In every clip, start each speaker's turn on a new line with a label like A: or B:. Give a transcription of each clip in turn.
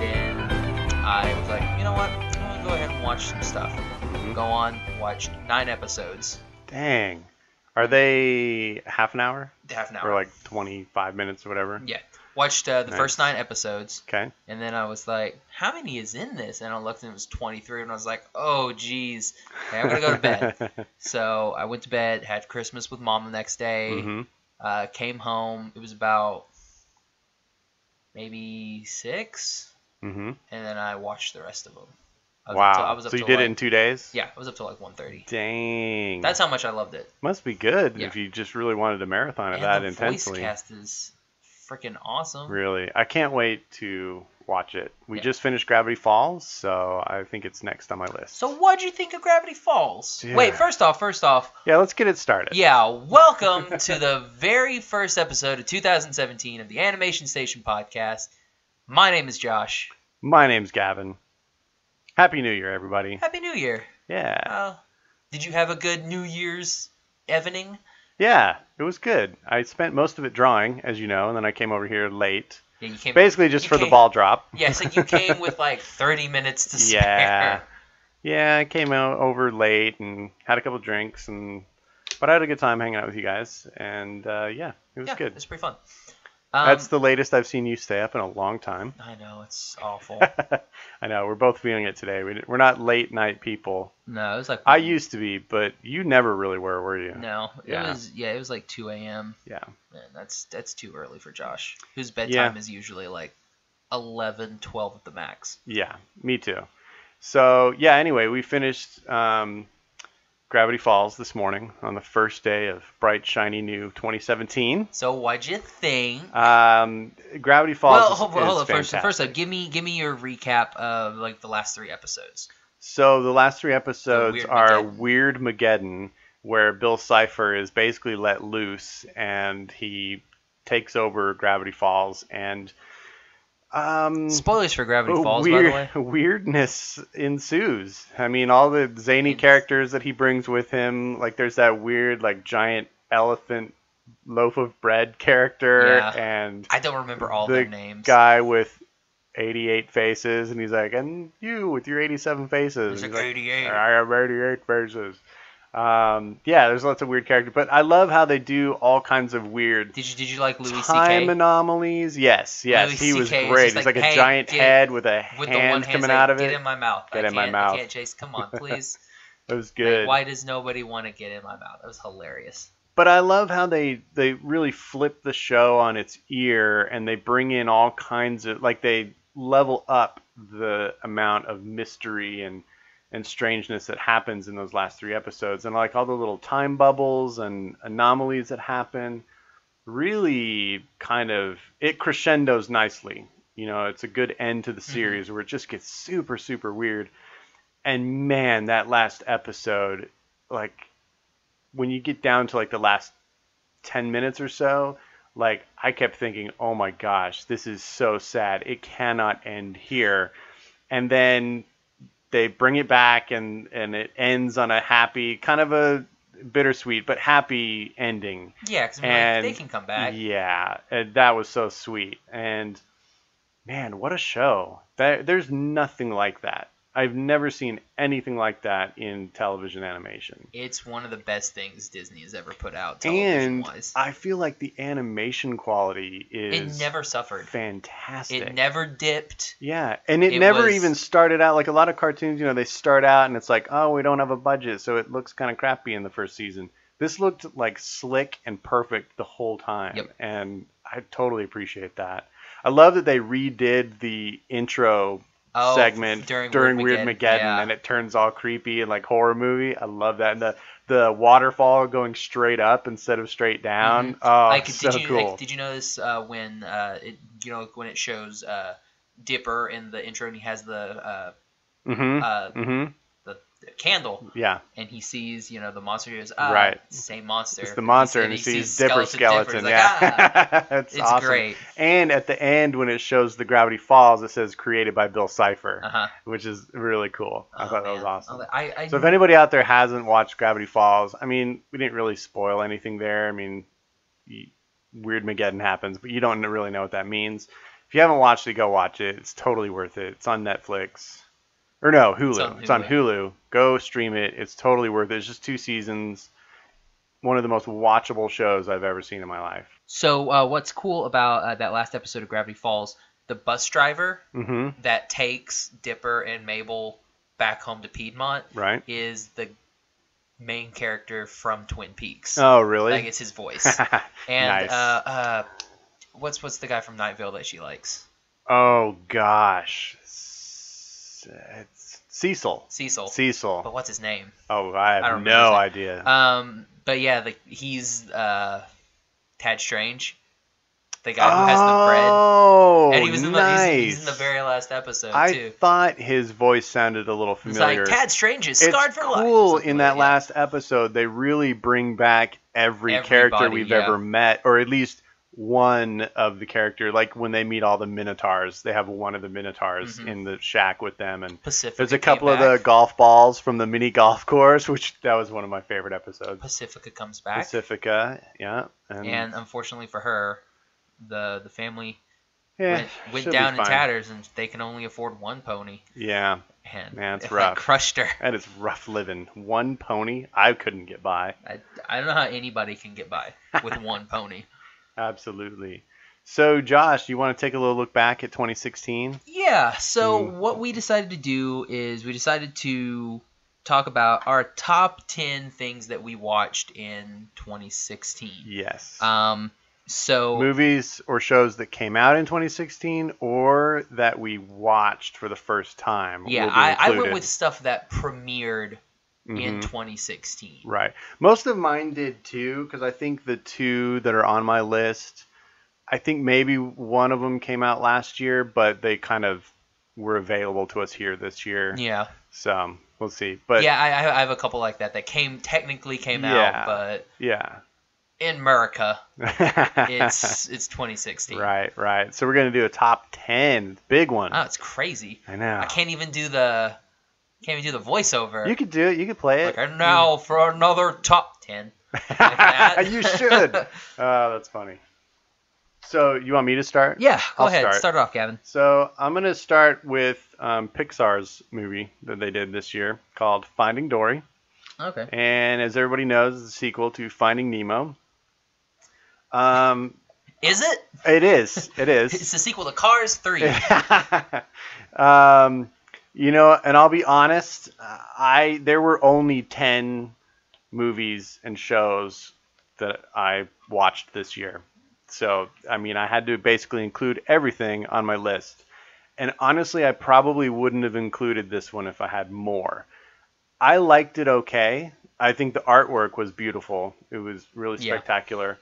A: then I was like, you know what? I'm gonna go ahead and watch some stuff.
B: Mm-hmm.
A: Go on, watch nine episodes,
B: Dang. Are they half an hour
A: half an hour.
B: or like 25 minutes or whatever?
A: yeah, watched uh, the
B: Nice.
A: first nine episodes,
B: Okay.
A: and then I was like, how many is in this? And I looked, and it was 23, and I was like, oh geez, okay, I'm gonna go to bed. so I went to bed, had Christmas with mom the next day,
B: hmm
A: uh, came home. It was about maybe six,
B: hmm
A: and then I watched the rest of them. I was
B: Wow.
A: Up till- I was up
B: so you
A: till,
B: did
A: like,
B: it in two days?
A: Yeah, I was up till like 1:30.
B: Dang.
A: That's how much I loved it.
B: Must be good
A: Yeah.
B: if you just really wanted a marathon of
A: And
B: Uh, that
A: the
B: intensely.
A: voice cast is freaking awesome.
B: Really. I can't wait to watch it. We
A: Yeah.
B: just finished Gravity Falls, so I think it's next on my list.
A: So what'd you think of Gravity Falls?
B: Yeah.
A: Wait, first off, first off,
B: yeah, let's get it started.
A: yeah, welcome to the very first episode of 2017 of the Animation Station podcast. My name is Josh.
B: My name's Gavin. Happy New Year, everybody.
A: Happy New Year.
B: Yeah.
A: Uh, did you have a good New Year's evening?
B: Yeah, it was good. I spent most of it drawing, as you know, and then I came over here late.
A: Yeah, you came
B: Basically, just
A: you
B: for the
A: came-
B: ball drop.
A: Yeah, so you came with like 30 minutes to spare.
B: Yeah. Yeah, I came out over late and had a couple drinks and but I had a good time hanging out with you guys and uh, yeah, it was
A: yeah,
B: good.
A: It's pretty fun. Um,
B: That's the latest I've seen you stay up in a long time.
A: I know it's awful.
B: I know we're both feeling it today. We, we're not late night people.
A: no, it was like
B: I used to be, but you never really were, were you?
A: Mm-hmm. No, it
B: Yeah.
A: was yeah, it was like 2 a.m.
B: Yeah.
A: Man, that's that's too early for Josh, whose bedtime is usually like 11, 12 at the max.
B: Yeah, me too. So yeah, anyway, we finished um, Gravity Falls this morning on the first day of bright, shiny new 2017.
A: So why'd you think?
B: Um, Gravity Falls.
A: well,
B: is,
A: hold, hold
B: is
A: on. First,
B: fantastic.
A: first, up, give me give me your recap of like the last three episodes.
B: So the last three episodes
A: Weird
B: are
A: Mageddon.
B: Weird Mageddon, where Bill Cipher is basically let loose and he takes over Gravity Falls and um
A: Spoilers for Gravity
B: a
A: Falls, by the way.
B: weird, weirdness ensues. I mean, all the zany
A: It's-
B: characters that he brings with him, like there's that weird like giant elephant loaf of bread character
A: Yeah.
B: and
A: I don't remember all
B: the
A: their names.
B: guy with 88 faces, and he's like, and you with your 87 faces.
A: There's
B: He's
A: like
B: like,
A: 88.
B: I have 88 faces. Um, yeah, there's lots of weird characters, but I love how they do all kinds of weird
A: Did you did you like Louis
B: time
A: C.K.
B: anomalies. Yes, yes,
A: Louis
B: he was
A: CK is
B: great.
A: just
B: He's like,
A: like,
B: a
A: "Hey,
B: giant
A: get-
B: head with a
A: with the one
B: hand
A: hand
B: coming
A: like,
B: out of
A: get
B: it.
A: in my mouth.
B: Get
A: I
B: in my
A: can't-
B: mouth.
A: I can't, Chase. Come on, please.
B: It was
A: Like,
B: good.
A: why does nobody want to get in my mouth? That was hilarious.
B: but I love how they they really flip the show on its ear and they bring in all kinds of like they level up the amount of mystery and and strangeness that happens in those last three episodes and like all the little time bubbles and anomalies that happen really kind of it crescendos nicely you know it's a good end to the series where it just gets super super weird and man that last episode like when you get down to like the last 10 minutes or so like i kept thinking oh my gosh this is so sad it cannot end here and then they bring it back and and it ends on a happy kind of a bittersweet but happy ending
A: Yeah, because
B: And-
A: they can come back.
B: yeah, and that was so sweet. And man, what a show! That, there's nothing like that. I've never seen anything like that in television animation.
A: It's one of the best things Disney has ever put out television
B: And
A: wise.
B: I feel like the animation quality
A: It
B: is
A: never suffered.
B: fantastic.
A: It never dipped.
B: Yeah, and it,
A: It
B: never
A: was-
B: even started out like a lot of cartoons. You know, they start out and it's like, oh, we don't have a budget, so it looks kind of crappy in the first season. This looked like slick and perfect the whole time,
A: Yep.
B: and I totally appreciate that. I love that they redid the intro
A: Oh,
B: segment during,
A: during
B: Weird
A: Weird
B: Mageddon,
A: Mageddon, yeah.
B: and it turns all creepy and like horror movie. I love that. And the the waterfall going straight up instead of straight down.
A: Mm-hmm.
B: Oh,
A: like,
B: so
A: did you
B: cool.
A: like, did you notice uh, when uh, it, you know when it shows uh, Dipper in the intro and he has the uh,
B: mm-hmm.
A: uh,
B: mm-hmm.
A: the, the candle
B: Yeah.
A: and he sees you know the monster. He goes, ah,
B: Right.
A: it's the same monster.
B: It's the monster, and
A: And
B: he
A: he
B: sees
A: sees
B: Dipper
A: Skeleton
B: skeleton.
A: Dipper. He's
B: yeah,
A: like, "Ah,
B: that's
A: It's
B: awesome.
A: great.
B: And at the end, when it shows the Gravity Falls, it says created by Bill Cipher,
A: Uh huh.
B: which is really cool. I
A: Oh,
B: thought that was awesome.
A: I, I,
B: So if anybody out there hasn't watched Gravity Falls, I mean, we didn't really spoil anything there. I mean, y- Weird Mageddon happens, but you don't really know what that means. If you haven't watched it, go watch it. It's totally worth it. It's on Netflix. Or no, Hulu. It's
A: It's
B: on,
A: on
B: Hulu. Go stream it. It's totally worth it. It's just two seasons. One of the most watchable shows I've ever seen in my life.
A: so uh, what's cool about uh, that last episode of Gravity Falls? The bus driver
B: hmm
A: that takes Dipper and Mabel back home to Piedmont
B: Right?
A: is the main character from Twin Peaks.
B: Oh, really?
A: Like it's his voice. And
B: Nice.
A: uh, uh, what's what's the guy from Nightville that she likes?
B: oh, gosh. S- It's Cecil.
A: Cecil.
B: Cecil.
A: But what's his name?
B: Oh, I have
A: I don't remember his
B: no
A: name.
B: idea.
A: Um, but yeah, the, he's uh, Tad Strange, the guy who has the bread.
B: Oh,
A: And he was in the,
B: nice.
A: he's, he's in the very last episode
B: I
A: too.
B: thought his voice sounded a little
A: It's
B: familiar.
A: like Tad Strange is
B: It's
A: scarred for life.
B: cool
A: Something
B: in
A: like
B: that last episode. They really bring back every character
A: Everybody,
B: we've
A: yeah.
B: ever met, or at least one of the character. Like when they meet all the Minotaurs, they have one of the Minotaurs
A: Mhm.
B: in the shack with them, and
A: Pacifica.
B: there's a
A: came
B: couple of the
A: back.
B: golf balls from the mini golf course, which that was one of my favorite episodes.
A: Pacifica comes back,
B: Pacifica, yeah, and,
A: and unfortunately for her, the the family
B: yeah,
A: went, went
B: she'll be
A: down in
B: fine.
A: tatters, and they can only afford one pony,
B: Yeah,
A: and
B: Yeah, it's
A: it, like,
B: rough.
A: crushed her.
B: That is rough living. One pony, I couldn't get by.
A: I, I don't know how anybody can get by with one pony.
B: Absolutely. So, Josh, you want to take a little look back at 2016?
A: Yeah, so
B: Mm.
A: what we decided to do is we decided to talk about our top 10 things that we watched in 2016.
B: Yes.
A: Um, so
B: Movies or shows that came out in 2016 or that we watched for the first time.
A: yeah,
B: will be
A: I, I went
B: included.
A: with stuff that premiered in
B: Mhm.
A: 2016.
B: Right. Most of mine did too, because I think the two that are on my list, I think maybe one of them came out last year, but they kind of were available to us here this year.
A: Yeah,
B: So we'll see. But
A: yeah, I, I I have a couple like that that came technically came
B: Yeah.
A: out, but
B: yeah.
A: in America,
B: it's
A: it's it's 2016.
B: right, right. So we're gonna do a top ten, big one.
A: Oh, it's crazy.
B: I know.
A: I can't even do the can't even do the voiceover.
B: You could do it. You could play it.
A: Like, and now for another top 10. like that.
B: you should. Oh, that's funny. So you want me to start?
A: Yeah, go
B: I'll
A: ahead.
B: start.
A: Start. it off, Gavin.
B: So I'm gonna start with um, Pixar's movie that they did this year called Finding Dory,
A: Okay.
B: and as everybody knows, it's a sequel to Finding Nemo. Um,
A: Is it?
B: it is. It is.
A: It's the sequel to Cars 3.
B: um, you know, and I'll be honest, I there were only ten movies and shows that I watched this year. So I mean, I had to basically include everything on my list. And honestly, I probably wouldn't have included this one if I had more. I liked it okay. I think the artwork was beautiful. It was really
A: Yeah.
B: spectacular.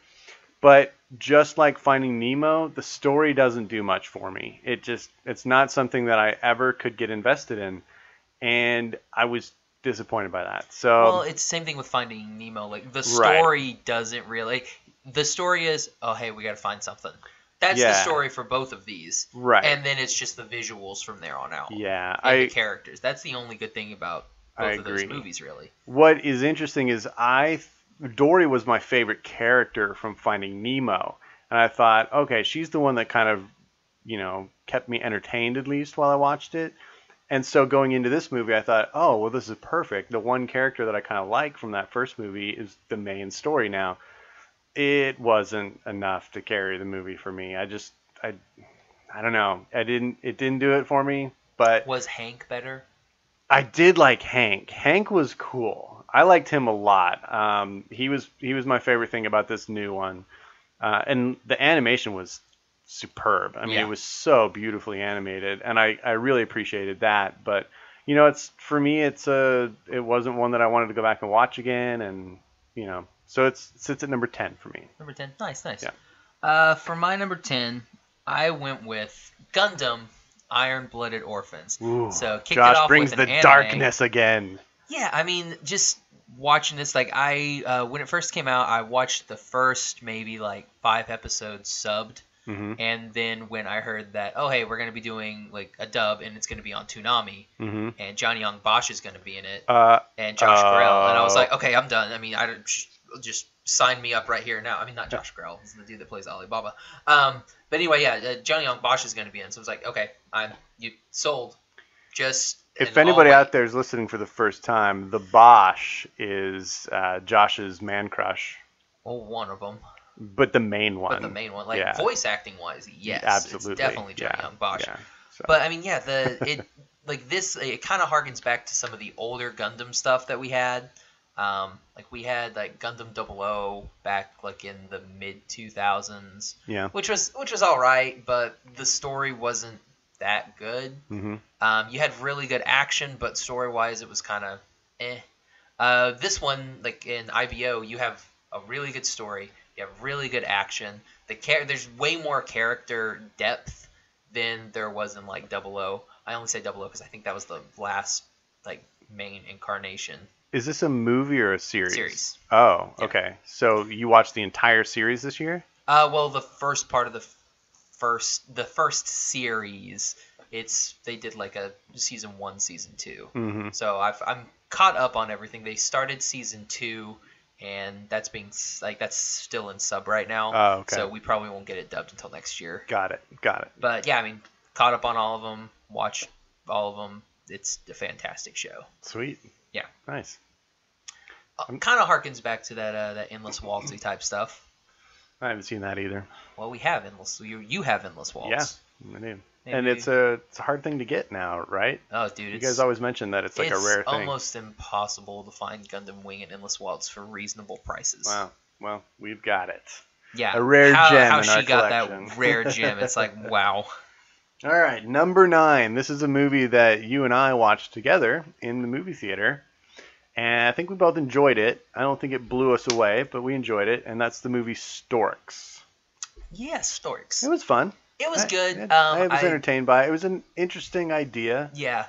B: But just like Finding Nemo, the story doesn't do much for me. It just it's not something that I ever could get invested in, and I was disappointed by that. So
A: well, it's the same thing with Finding Nemo. Like, the
B: Um, Right.
A: story doesn't really. The story is, oh, hey, we got to find something. That's the
B: Yeah.
A: story for both of these.
B: right,
A: And then it's just the visuals from there on out.
B: yeah,
A: And the
B: I
A: characters. That's the only good thing about both
B: I
A: of those
B: agree.
A: movies, really.
B: what is interesting is I Dory was my favorite character from Finding Nemo, and I thought, okay, she's the one that kind of, you know, kept me entertained at least while I watched it. And so going into this movie, I thought, oh, well, this is perfect. The one character that I kind of like from that first movie is the main story now. It wasn't enough to carry the movie for me. I just, I, I don't know. I didn't, it didn't do it for me, but
A: Was Hank better?
B: I did like Hank. Hank was cool. I liked him a lot. Um, he was, he was my favorite thing about this new one. Uh, and the animation was superb. I mean,
A: Yeah.
B: it was so beautifully animated, and I, I really appreciated that. But you know, it's for me, it's a it wasn't one that I wanted to go back and watch again, and you know, so it's it sits at number ten for me.
A: Number 10. Nice, nice.
B: Yeah.
A: Uh, for my number 10, I went with Gundam Iron Blooded Orphans.
B: Ooh,
A: So kicked
B: Josh
A: it off
B: brings
A: with
B: the
A: an anime.
B: darkness again.
A: Yeah, I mean, just watching this, like, I, uh, when it first came out, I watched the first maybe like five episodes subbed.
B: hmm
A: And then when I heard that, oh, hey, we're going to be doing like a dub and it's going to be on Toonami
B: hmm
A: and Johnny Young Bosch is going to be in it
B: Uh,
A: and Josh Grell. And I was
B: Oh.
A: like, okay, I'm done. I mean, I don't, sh- just sign me up right here now. I mean, not Josh Grell, it's the dude that plays Alibaba. Um, but anyway, yeah, uh, Johnny Young Bosch is going to be in. So I was like, okay, I'm you sold. Just
B: if anybody out there is listening for the first time, the Bosch is uh, Josh's man crush,
A: well, Oh, one of them,
B: but the main one.
A: but the main one, like
B: yeah.
A: voice acting wise, yes,
B: absolutely,
A: it's definitely Johnny
B: yeah,
A: Young Bosch.
B: yeah. So-
A: But I mean, yeah, the it like this it kind of harkens back to some of the older Gundam stuff that we had. Um, like we had like Gundam 00 back like in the mid 2000s,
B: yeah.
A: which was which was all right, but the story wasn't that good.
B: hmm
A: Um, you had really good action, but story wise, it was kind of eh. Uh, this one, like in IBO, you have a really good story. You have really good action. The char- there's way more character depth than there was in like Double O. I only say Double O because I think that was the last like main incarnation
B: Is this a movie or a series?
A: series.
B: Oh,
A: Yeah.
B: okay. So you watched the entire series this year?
A: Uh, well, the first part of the f- first the first series, it's they did like a season one, season two.
B: Mm-hmm.
A: So I've, I'm caught up on everything. They started season two, and that's being s- like that's still in sub right now.
B: Oh, okay.
A: So we probably won't get it dubbed until next year.
B: Got it. Got it.
A: But yeah, I mean, caught up on all of them. Watched all of them. It's a fantastic show.
B: Sweet.
A: Yeah.
B: Nice.
A: Kind of harkens back to that uh, that endless waltzy type stuff.
B: I haven't seen that either.
A: Well, we have endless. You you have endless waltz.
B: Yeah, I do.
A: Maybe-
B: And it's a it's a hard thing to get now, right?
A: Oh, dude,
B: You
A: it's,
B: guys always mention that it's like a rare thing.
A: almost impossible to find Gundam Wing and Endless Waltz for reasonable prices.
B: Wow. Well, we've got it.
A: Yeah,
B: A rare
A: how,
B: gem
A: How
B: in
A: she
B: our
A: got that
B: collection.
A: rare gem? It's like wow.
B: All right, number nine. This is a movie that you and I watched together in the movie theater, and I think we both enjoyed it. I don't think it blew us away, but we enjoyed it, and that's the movie Storks.
A: Yeah, Storks.
B: It was fun.
A: It was
B: I-
A: good.
B: I,
A: Um,
B: I was
A: I-
B: entertained by it. It was an interesting idea.
A: yeah.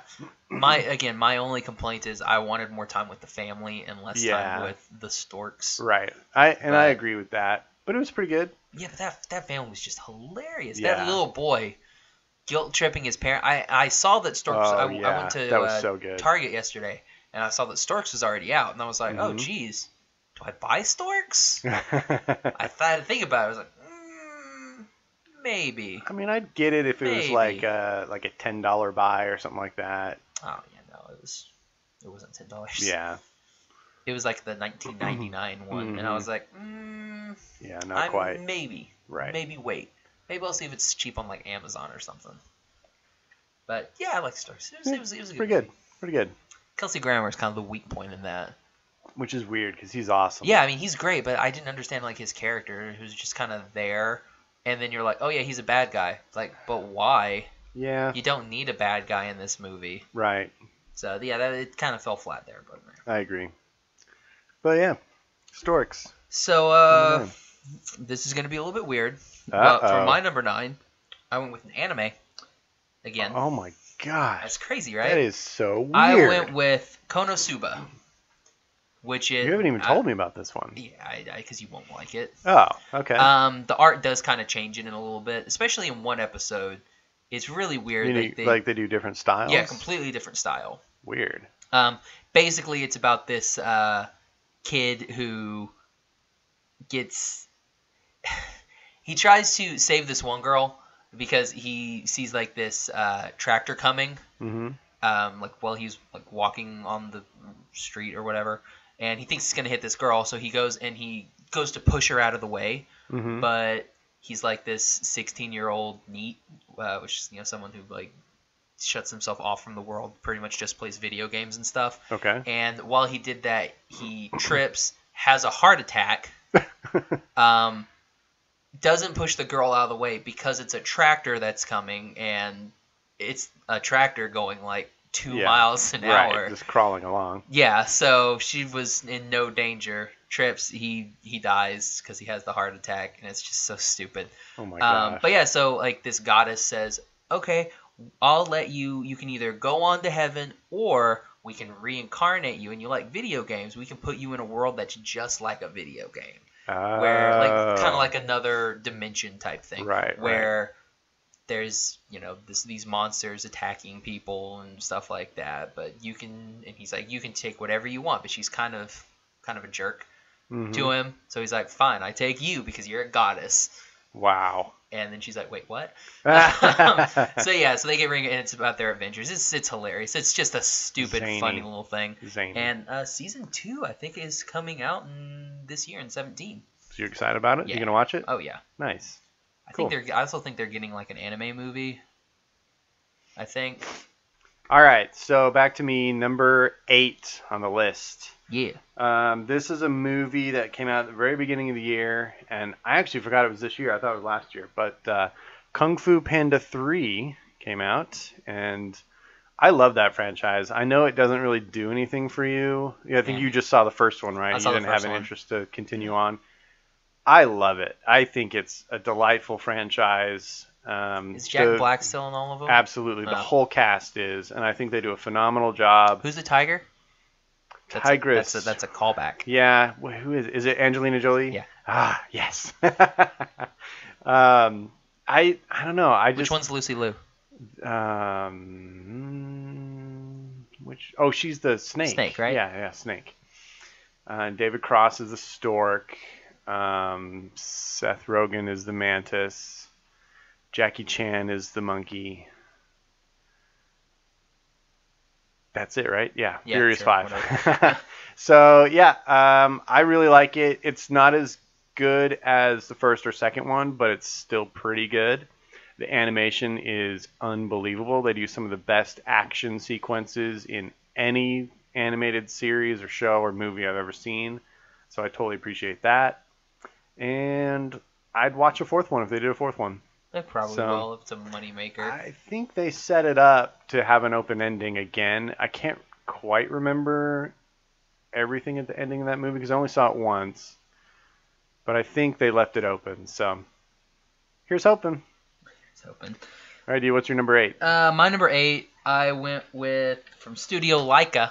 A: My again, my only complaint is I wanted more time with the family and less
B: Yeah.
A: time with the Storks.
B: Right. I and I
A: Right.
B: agree with that. But it was pretty good.
A: Yeah, but that that family was just hilarious.
B: Yeah.
A: That little boy guilt tripping his parent. I I saw that Storks.
B: Oh,
A: I,
B: yeah.
A: I went to
B: That was
A: uh,
B: so good.
A: Target yesterday and I saw that Storks was already out, and I was like, oh
B: Mhm.
A: geez, do I buy Storks? I thought to think about it. I was like, mm, maybe.
B: I mean, I'd get it if it was
A: Maybe.
B: like uh like a ten dollar buy or something like that.
A: Oh yeah, no, it was. It wasn't ten dollars.
B: Yeah.
A: It was like the 1999 one, and I
B: Mhm.
A: was like, mm,
B: Yeah. Not
A: i
B: quite.
A: maybe,
B: Right.
A: maybe wait, maybe I'll see if it's cheap on like Amazon or something. But yeah, I like Star. Wars. It was, it was, it was a good
B: pretty good.
A: movie.
B: Pretty good.
A: Kelsey Grammer is kind of the weak point in that.
B: Which is weird because he's awesome.
A: Yeah, I mean he's great, but I didn't understand like his character, who's just kind of there. And then you're like, oh yeah, he's a bad guy. Like, but why?
B: Yeah.
A: You don't need a bad guy in this movie.
B: Right.
A: So yeah, that it kind of fell flat there. But
B: I agree. But yeah, Storks.
A: so uh, this is gonna be a little bit weird. But for
B: Uh-oh.
A: my number nine, I went with an anime. Again,
B: Oh my gosh.
A: that's crazy, right?
B: That is so weird.
A: I went with Konosuba, which is
B: you haven't even told me about this one.
A: Yeah, because I, because you won't like it.
B: Oh, okay.
A: Um, the art does kind of change it in a little bit, especially in one episode. It's really weird.
B: Meaning,
A: that they,
B: like they do different styles.
A: yeah, completely different style.
B: Weird.
A: Um, basically, it's about this uh, kid who gets. he tries to save this one girl because he sees like this uh, tractor coming,
B: Mm-hmm.
A: um, like while he's like walking on the street or whatever, and he thinks he's gonna hit this girl, so he goes and he goes to push her out of the way,
B: Mhm.
A: but he's like this 16 year old neat, uh, which is you know someone who like shuts himself off from the world, pretty much just plays video games and stuff.
B: Okay.
A: And while he did that, he trips, has a heart attack, um, doesn't push the girl out of the way because it's a tractor that's coming, and it's a tractor going like two
B: Yeah,
A: miles an
B: right.
A: hour.
B: Just crawling along.
A: Yeah, so she was in no danger. Trips, he he dies because he has the heart attack, and it's just so stupid.
B: Oh my
A: Um,
B: gosh.
A: but yeah, so like this goddess says, okay, I'll let you. You can either go on to heaven, or we can reincarnate you. And you like video games, we can put you in a world that's just like a video game, where like kind of
B: Oh.
A: like another dimension type thing,
B: Right, right.
A: Where there's you know this these monsters attacking people and stuff like that. But you can, and he's like, you can take whatever you want. But she's kind of kind of a jerk
B: Mhm.
A: to him, so he's like, fine, I take you because you're a goddess.
B: Wow.
A: And then she's like, wait, what? so yeah, so they get ring, and it's about their adventures. It's it's hilarious. It's just a stupid,
B: Zany.
A: funny little thing.
B: Zany.
A: And uh, season two, I think, is coming out in, this year in seventeen.
B: so you're excited about it?
A: Yeah.
B: You're gonna watch it?
A: Oh yeah,
B: Nice.
A: I
B: Cool.
A: think they're. I also think they're getting like an anime movie. I think.
B: All right. So back to me, number eight on the list.
A: Yeah.
B: Um, this is a movie that came out at the very beginning of the year, and I actually forgot it was this year. I thought it was last year, but uh, Kung Fu Panda 3 came out, and I love that franchise. I know it doesn't really do anything for you. Yeah, I think
A: Yeah.
B: you just saw the first one, right?
A: I
B: you
A: saw the
B: didn't have
A: first
B: an
A: one.
B: interest to continue on. I love it. I think it's a delightful franchise. Um,
A: Is Jack
B: the-
A: Black still in all of them?
B: Absolutely, the
A: Oh.
B: whole cast is, and I think they do a phenomenal job.
A: Who's the tiger? That's a-
B: Tigress.
A: That's a, that's a callback.
B: Yeah, wh- who is is it? Angelina Jolie?
A: Yeah.
B: Ah, yes. um, I I don't know. I
A: Which
B: just
A: one's Lucy Liu?
B: um mm, which oh she's the snake.
A: Snake, right?
B: Yeah, yeah, snake. Uh, David Cross is the stork. Um, Seth Rogen is the mantis. Jackie Chan is the monkey. That's it, right? Yeah,
A: Yeah,
B: Furious
A: sure,
B: Five. so yeah, um, I really like it. It's not as good as the first or second one, but it's still pretty good. The animation is unbelievable. They do some of the best action sequences in any animated series or show or movie I've ever seen. So I totally appreciate that. And I'd watch a fourth one if they did a fourth one.
A: They probably
B: So-
A: will if it's a moneymaker.
B: I think they set it up to have an open ending again. I can't quite remember everything at the ending of that movie because I only saw it once. But I think they left it open. So here's hoping.
A: It's open.
B: All right, D, what's your number eight?
A: Uh, my number eight, I went with from Studio Leica.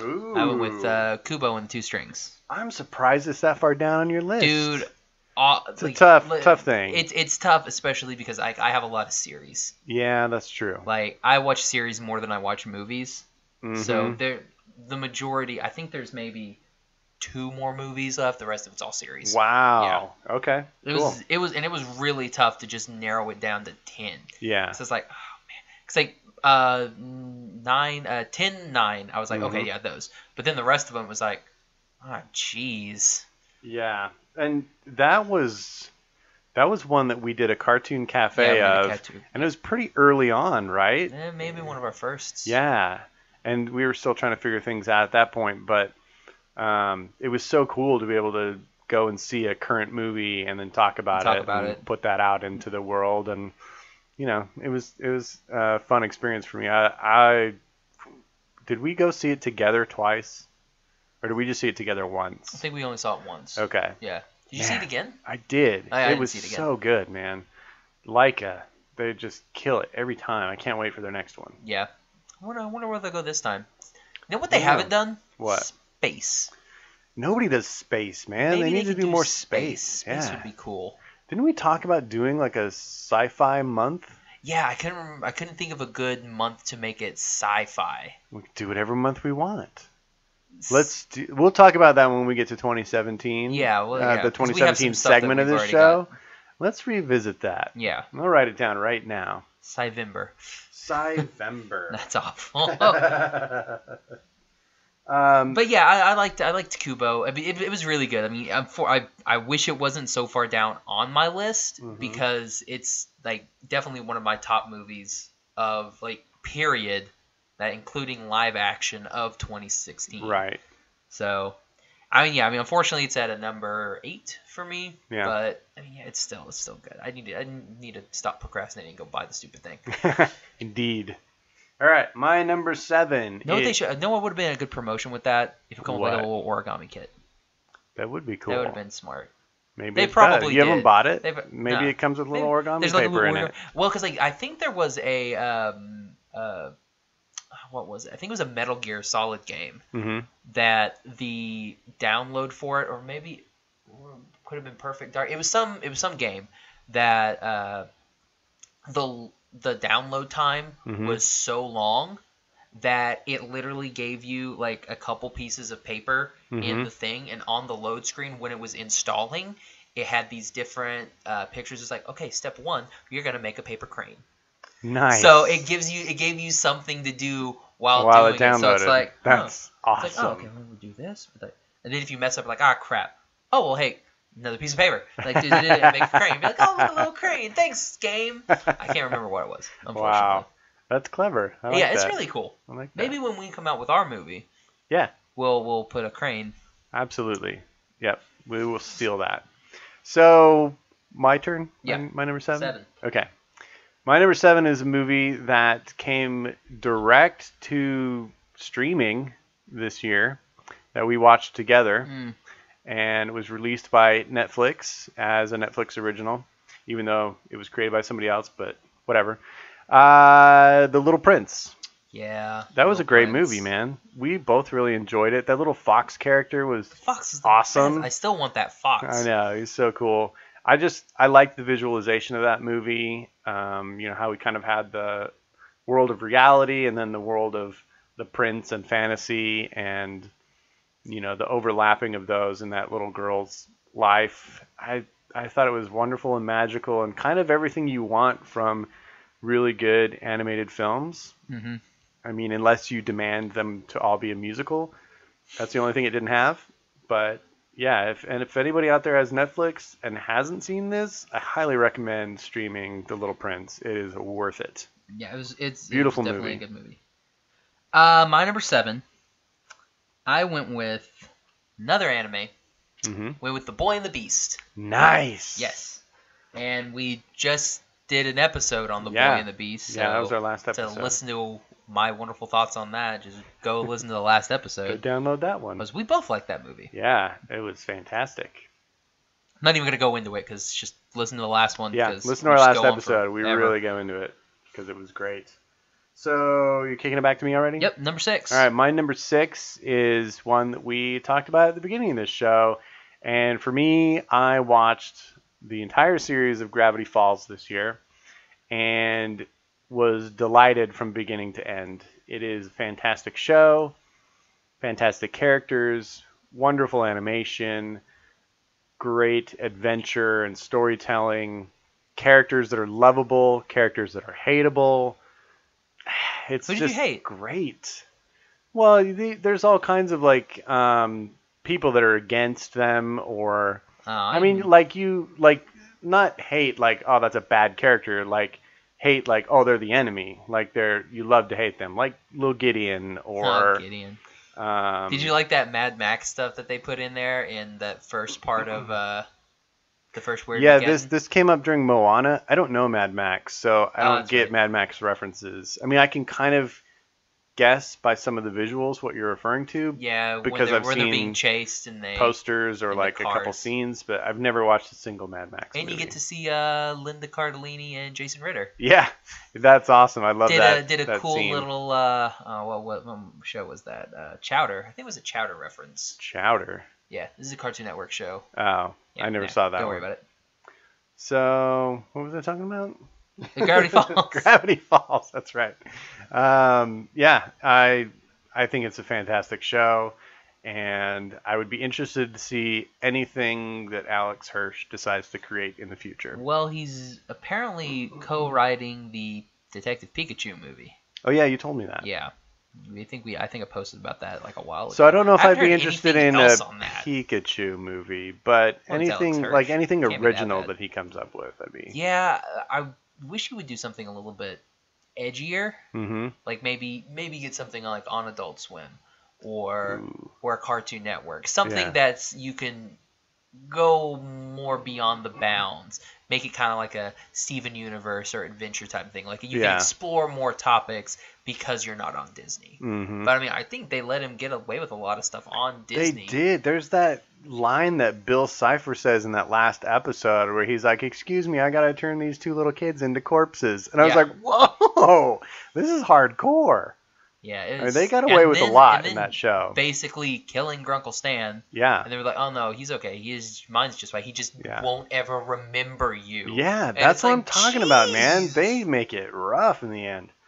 B: Ooh.
A: I went with uh, Kubo and the Two Strings.
B: I'm surprised it's that far down on your list.
A: Dude, aw-
B: It's a tough- tough thing.
A: It's it's tough, especially because I I have a lot of series.
B: Yeah, that's true.
A: Like I watch series more than I watch movies. So
B: Mhm.
A: there, the majority. I think there's maybe two more movies left. The rest of it's all series.
B: Wow. Okay.
A: It
B: cool.
A: was it was and it was really tough to just narrow it down to ten.
B: yeah.
A: So it's like, oh man, it's like uh nine, uh ten, nine. I was like, okay,
B: Mhm.
A: yeah, those. But then the rest of them was like, ah, jeez.
B: Yeah. And that was that was one that we did a cartoon cafe
A: Yeah, we
B: of.
A: did a cartoon.
B: And it was pretty early on, right?
A: Eh, maybe one of our firsts.
B: Yeah. And we were still trying to figure things out at that point, but um, it was so cool to be able to go and see a current movie and then talk about
A: Talk
B: it
A: about
B: and
A: it.
B: put that out into the world and you know, it was it was a fun experience for me. I, I did we go see it together twice? Or did we just see it together
A: I
B: once?
A: think we only saw it once.
B: Okay.
A: Yeah. Did you see
B: Yeah.
A: it again?
B: I did.
A: I- I
B: it
A: didn't
B: was
A: see it again.
B: so good, man. Leica, they just kill it every time. I can't wait for their next one.
A: Yeah. I wonder, I wonder where they'll go this time. You know what they
B: Yeah.
A: haven't done?
B: What?
A: Space.
B: Nobody does space, man.
A: Maybe
B: they need to
A: could
B: do, more space.
A: Space
B: yeah.
A: would be cool.
B: Didn't we talk about doing like a sci-fi month?
A: Yeah, I couldn't remember, I couldn't think of a good month to make it sci-fi.
B: We can do whatever month we want. Let's do, we'll talk about that when we get to 2017.
A: Yeah, well,
B: uh,
A: yeah,
B: the
A: 'cause we
B: 2017
A: have some stuff that
B: segment of
A: we've
B: this
A: already
B: show. Let's revisit that.
A: Yeah.
B: I'll write it down right now.
A: Cyvember.
B: Cyvember.
A: That's awful.
B: um,
A: Oh. But yeah, I, I liked I liked Kubo. I mean, it, it was really good. I mean, I'm for I I wish it wasn't so far down on my list
B: Mhm.
A: because it's like definitely one of my top movies of like period, that including live action of 2016.
B: right.
A: So, I mean, yeah, I mean, unfortunately, it's at a number eight for me.
B: Yeah.
A: But I mean, yeah, it's still it's still good. I need to I need to stop procrastinating and go buy the stupid thing.
B: Indeed. All right, my number seven.
A: No, they
B: is-
A: should. No, it would have been a good promotion with that if it come with like a
B: What?
A: little origami kit.
B: That would be cool.
A: That would have been smart.
B: Maybe
A: They
B: it does.
A: probably
B: You haven't
A: did.
B: bought it.
A: They've-
B: Maybe
A: no.
B: it comes with a little
A: Maybe-
B: origami
A: There's like a
B: paper
A: little
B: in
A: origami-
B: it.
A: Well, because like I think there was a um uh, what was it? I think it was a Metal Gear Solid game
B: Mm-hmm.
A: that the download for it, or maybe or could have been Perfect Dark. It was some. It was some game that uh, the the download time
B: Mhm.
A: was so long that it literally gave you like a couple pieces of paper in
B: Mhm.
A: the thing, and on the load screen when it was installing. It had these different uh, pictures. It's like, okay, step one, you're gonna make a paper crane.
B: Nice.
A: So it gives you, it gave you something to do while,
B: while it
A: doing it.
B: downloaded.
A: So it's like, huh.
B: That's
A: It's
B: awesome.
A: like, oh, okay, well, we'll do this. But like, and then if you mess up, like, ah, crap. Oh, well, hey, another piece of paper. Like, duh, duh, duh, duh, make a crane. Be like, oh, look, a little crane. Thanks, game. I can't remember what it was, unfortunately.
B: Wow, that's clever. I like
A: yeah, it's
B: that.
A: really cool.
B: I like that.
A: Maybe when we come out with our movie,
B: Yeah,
A: we'll we'll put a crane.
B: absolutely. Yep, we will steal that. So my turn.
A: Yeah.
B: My, my number seven.
A: Seven.
B: Okay. My number seven is a movie that came direct to streaming this year that we watched together.
A: Mm.
B: and it was released by Netflix as a Netflix original, even though it was created by somebody else, but whatever. Uh, the Little Prince.
A: Yeah.
B: That was
A: Little
B: a great
A: Prince.
B: movie, man. We both really enjoyed it. That little fox character was
A: Fox is the
B: Awesome.
A: best. I still want that fox.
B: I know he's so cool. I just I liked the visualization of that movie. Um, you know how we kind of had the world of reality and then the world of the prince and fantasy and you know the overlapping of those in that little girl's life. I I thought it was wonderful and magical and kind of everything you want from really good animated films.
A: Mm-hmm.
B: I mean, unless you demand them to all be a musical, that's the only thing it didn't have. But yeah, if and if anybody out there has Netflix and hasn't seen this, I highly recommend streaming The Little Prince. It is worth it.
A: Yeah, it was. It's it
B: Beautiful
A: was definitely
B: movie.
A: a good movie. Uh, my number seven. I went with another anime.
B: Mm-hmm.
A: Went with the Boy and the Beast.
B: Nice.
A: Yes. And we just did an episode on the
B: Yeah.
A: Boy and the Beast. So
B: yeah, that was our last
A: to
B: episode.
A: listen to my wonderful thoughts on that, just go listen to the last
B: Go
A: episode.
B: download that one.
A: Because we both like that movie.
B: Yeah, it was fantastic.
A: I'm not even gonna go into it because just listen to the last one.
B: Yeah,
A: 'cause
B: listen to
A: we
B: our
A: just
B: last
A: go on
B: episode. We
A: forever.
B: really go into it because it was great. So you're kicking it back to me already?
A: Yep, number six.
B: All right, my number six is one that we talked about at the beginning of this show. And for me, I watched the entire series of Gravity Falls this year and was delighted from beginning to end. It is a fantastic show, fantastic characters, wonderful animation, great adventure and storytelling, characters that are lovable, characters that are hateable. It's
A: Who did you
B: just
A: hate?
B: great. Well, the, there's all kinds of like um, people that are against them, or
A: Uh,
B: I mean, like you like not hate like oh that's a bad character, like hate like oh they're the enemy, like they're you love to hate them, like Lil Gideon
A: oh,
B: or
A: Gideon.
B: um,
A: Did you like that Mad Max stuff that they put in there in that first part of uh, the first Weird
B: yeah,
A: Weekend?
B: this this came up during Moana. I don't know Mad Max, so I
A: Oh,
B: don't
A: that's
B: get
A: right.
B: Mad Max references. I mean, I can kind of guess by some of the visuals what you're referring to,
A: yeah,
B: because
A: when they're,
B: I've
A: where they're being
B: seen
A: chased and they
B: posters or
A: in the
B: like a couple
A: cars.
B: scenes, but I've never watched a single Mad Max.
A: and you
B: movie.
A: get to see uh, Linda Cardellini and Jason Ritter.
B: Yeah, that's awesome. I love
A: did
B: that.
A: a did a
B: that
A: cool
B: scene.
A: little uh, uh what what um, show was that? Uh, Chowder. I think it was a Chowder reference.
B: chowder.
A: Yeah, this is a Cartoon Network show.
B: Oh,
A: Yeah,
B: I never
A: yeah,
B: saw that.
A: Don't
B: one.
A: worry about it.
B: So what was I talking about?
A: The Gravity Falls.
B: Gravity Falls. That's right. Um, yeah, I I think it's a fantastic show, and I would be interested to see anything that Alex Hirsch decides to create in the future.
A: Well, he's apparently co-writing the Detective Pikachu movie.
B: Oh yeah, you told me that.
A: Yeah, we think we I think I posted about that like a while ago.
B: So I don't know if
A: I
B: I'd
A: haven't
B: be
A: heard
B: interested
A: anything
B: in uh, a
A: else on that.
B: Pikachu movie, but
A: Well, it's Alex
B: anything
A: Hirsch.
B: like anything
A: Can't be that
B: original
A: bad.
B: that he comes up with, I'd be.
A: yeah, I wish you would do something a little bit edgier.
B: Mm-hmm.
A: Like maybe maybe get something like on Adult Swim or or Cartoon Network. Something
B: Yeah.
A: that's you can go more beyond the bounds. Make it kind of like a Steven Universe or adventure type thing. Like you
B: Yeah.
A: can explore more topics because you're not on Disney.
B: Mm-hmm.
A: But I mean, I think they let him get away with a lot of stuff on Disney.
B: They did. There's that line that Bill Cipher says in that last episode where he's like, "Excuse me, I gotta turn these two little kids into corpses," and I was
A: Yeah.
B: like, "Whoa, this is hardcore."
A: Yeah,
B: I
A: it
B: mean,
A: was-
B: they got
A: and
B: away with
A: then-
B: a lot
A: and
B: in
A: then
B: that show.
A: Basically, killing Grunkle Stan,
B: yeah,
A: and they were like, "Oh no, he's okay. His mind's just right. He just
B: Yeah.
A: won't ever remember you."
B: yeah,
A: And
B: that's
A: it's
B: what
A: like,
B: I'm talking about, man.
A: "Jeez."
B: They make it rough in the end.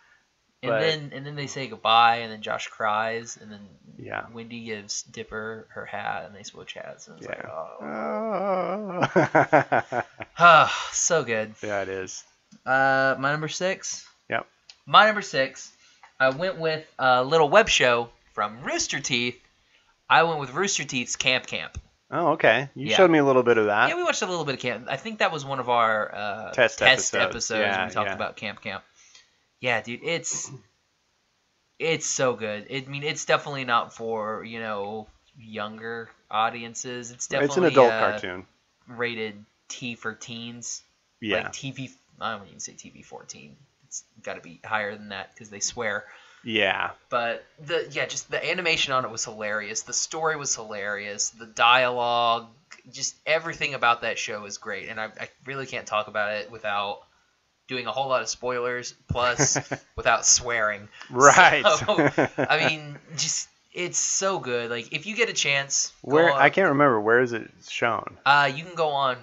A: And
B: But-
A: then and then they say goodbye, and then Josh cries, and then
B: Yeah.
A: Wendy gives Dipper her hat, and they switch hats, and it's like, oh,
B: Oh.
A: so good.
B: yeah, it is.
A: Uh, my number six.
B: Yep.
A: My number six. I went with a little web show from Rooster Teeth. I went with Rooster Teeth's Camp Camp.
B: Oh, okay. You
A: Yeah.
B: showed me a little bit of that.
A: yeah, we watched a little bit of Camp. I think that was one of our uh,
B: Uh, Test episodes.
A: episodes.
B: Yeah,
A: when we talked
B: yeah.
A: about Camp Camp. Yeah, dude, it's it's so good. It, I mean, it's definitely not for you know younger audiences. It's definitely
B: it's an adult
A: uh,
B: cartoon.
A: rated T for teens.
B: Yeah.
A: like TV. I don't even say TV fourteen. It's got to be higher than that because they swear.
B: yeah.
A: But the yeah, just the animation on it was hilarious. The story was hilarious. The dialogue, just everything about that show is great. And I, I really can't talk about it without doing a whole lot of spoilers, plus without swearing.
B: Right.
A: So, I mean, just it's so good. Like if you get a chance, go
B: Where
A: on-
B: I can't remember where is it shown.
A: Uh, you can go on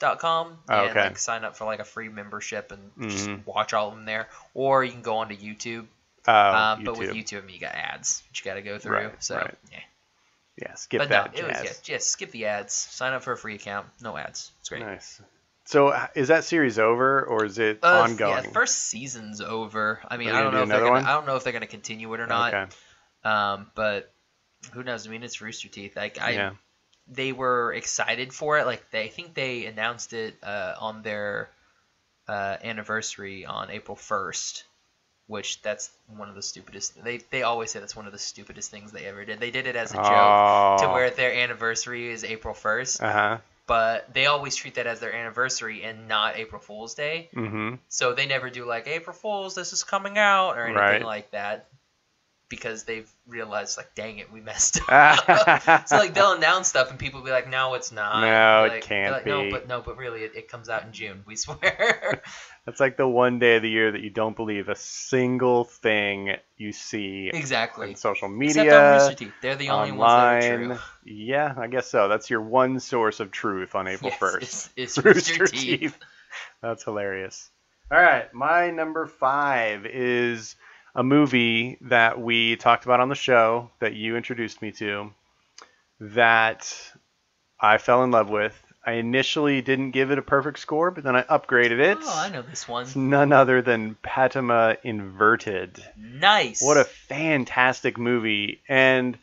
A: roosterteeth.com
B: Oh,
A: and
B: okay.
A: like sign up for like a free membership and just
B: Mhm.
A: watch all of them there, or you can go onto YouTube.
B: Oh,
A: Um,
B: YouTube.
A: but with YouTube, you got ads, which you got to go through.
B: Right,
A: so,
B: right.
A: yeah.
B: yeah, skip
A: but
B: that
A: no, it was
B: jazz.
A: yeah, just skip the ads. Sign up for a free account. No ads. It's great.
B: Nice. So h- is that series over or is it
A: Uh, Yeah,
B: ongoing?
A: the first season's over. I mean,
B: Are they
A: I don't know
B: gonna do
A: if they're
B: another
A: gonna,
B: one?
A: I don't know if they're gonna continue it or not.
B: Okay.
A: Um, but who knows? I mean, it's Rooster Teeth. Like I,
B: yeah.
A: they were excited for it. Like they, I think they announced it uh, on their uh, anniversary on April first, which that's one of the stupidest. They they always say that's one of the stupidest things they ever did. They did it as a joke to
B: Oh.
A: where their anniversary is April first,
B: Uh-huh.
A: but they always treat that as their anniversary and not April Fool's Day.
B: Mm-hmm.
A: So they never do like April Fools, this is coming out or anything
B: Right.
A: like that, because they've realized like, dang it, we messed up. So like they'll announce stuff and people will be like, no, it's not.
B: No,
A: They're
B: it
A: like-
B: can't
A: they're like, No,
B: be."
A: but no, but really, it, it comes out in June. We swear.
B: That's like the one day of the year that you don't believe a single thing you see
A: exactly.
B: on social
A: Except on Rooster
B: media,
A: Teeth, they're the only ones that are
B: online.
A: true.
B: Yeah, I guess so. That's your one source of truth on April
A: Yes,
B: first.
A: it's, it's
B: Rooster,
A: Rooster
B: Teeth.
A: Teeth.
B: That's hilarious. All right, my number five is a movie that we talked about on the show that you introduced me to that I fell in love with. I initially didn't give it a perfect score, but then I upgraded it.
A: Oh, I know this one.
B: It's none other than Patama Inverted.
A: Nice.
B: What a fantastic movie! And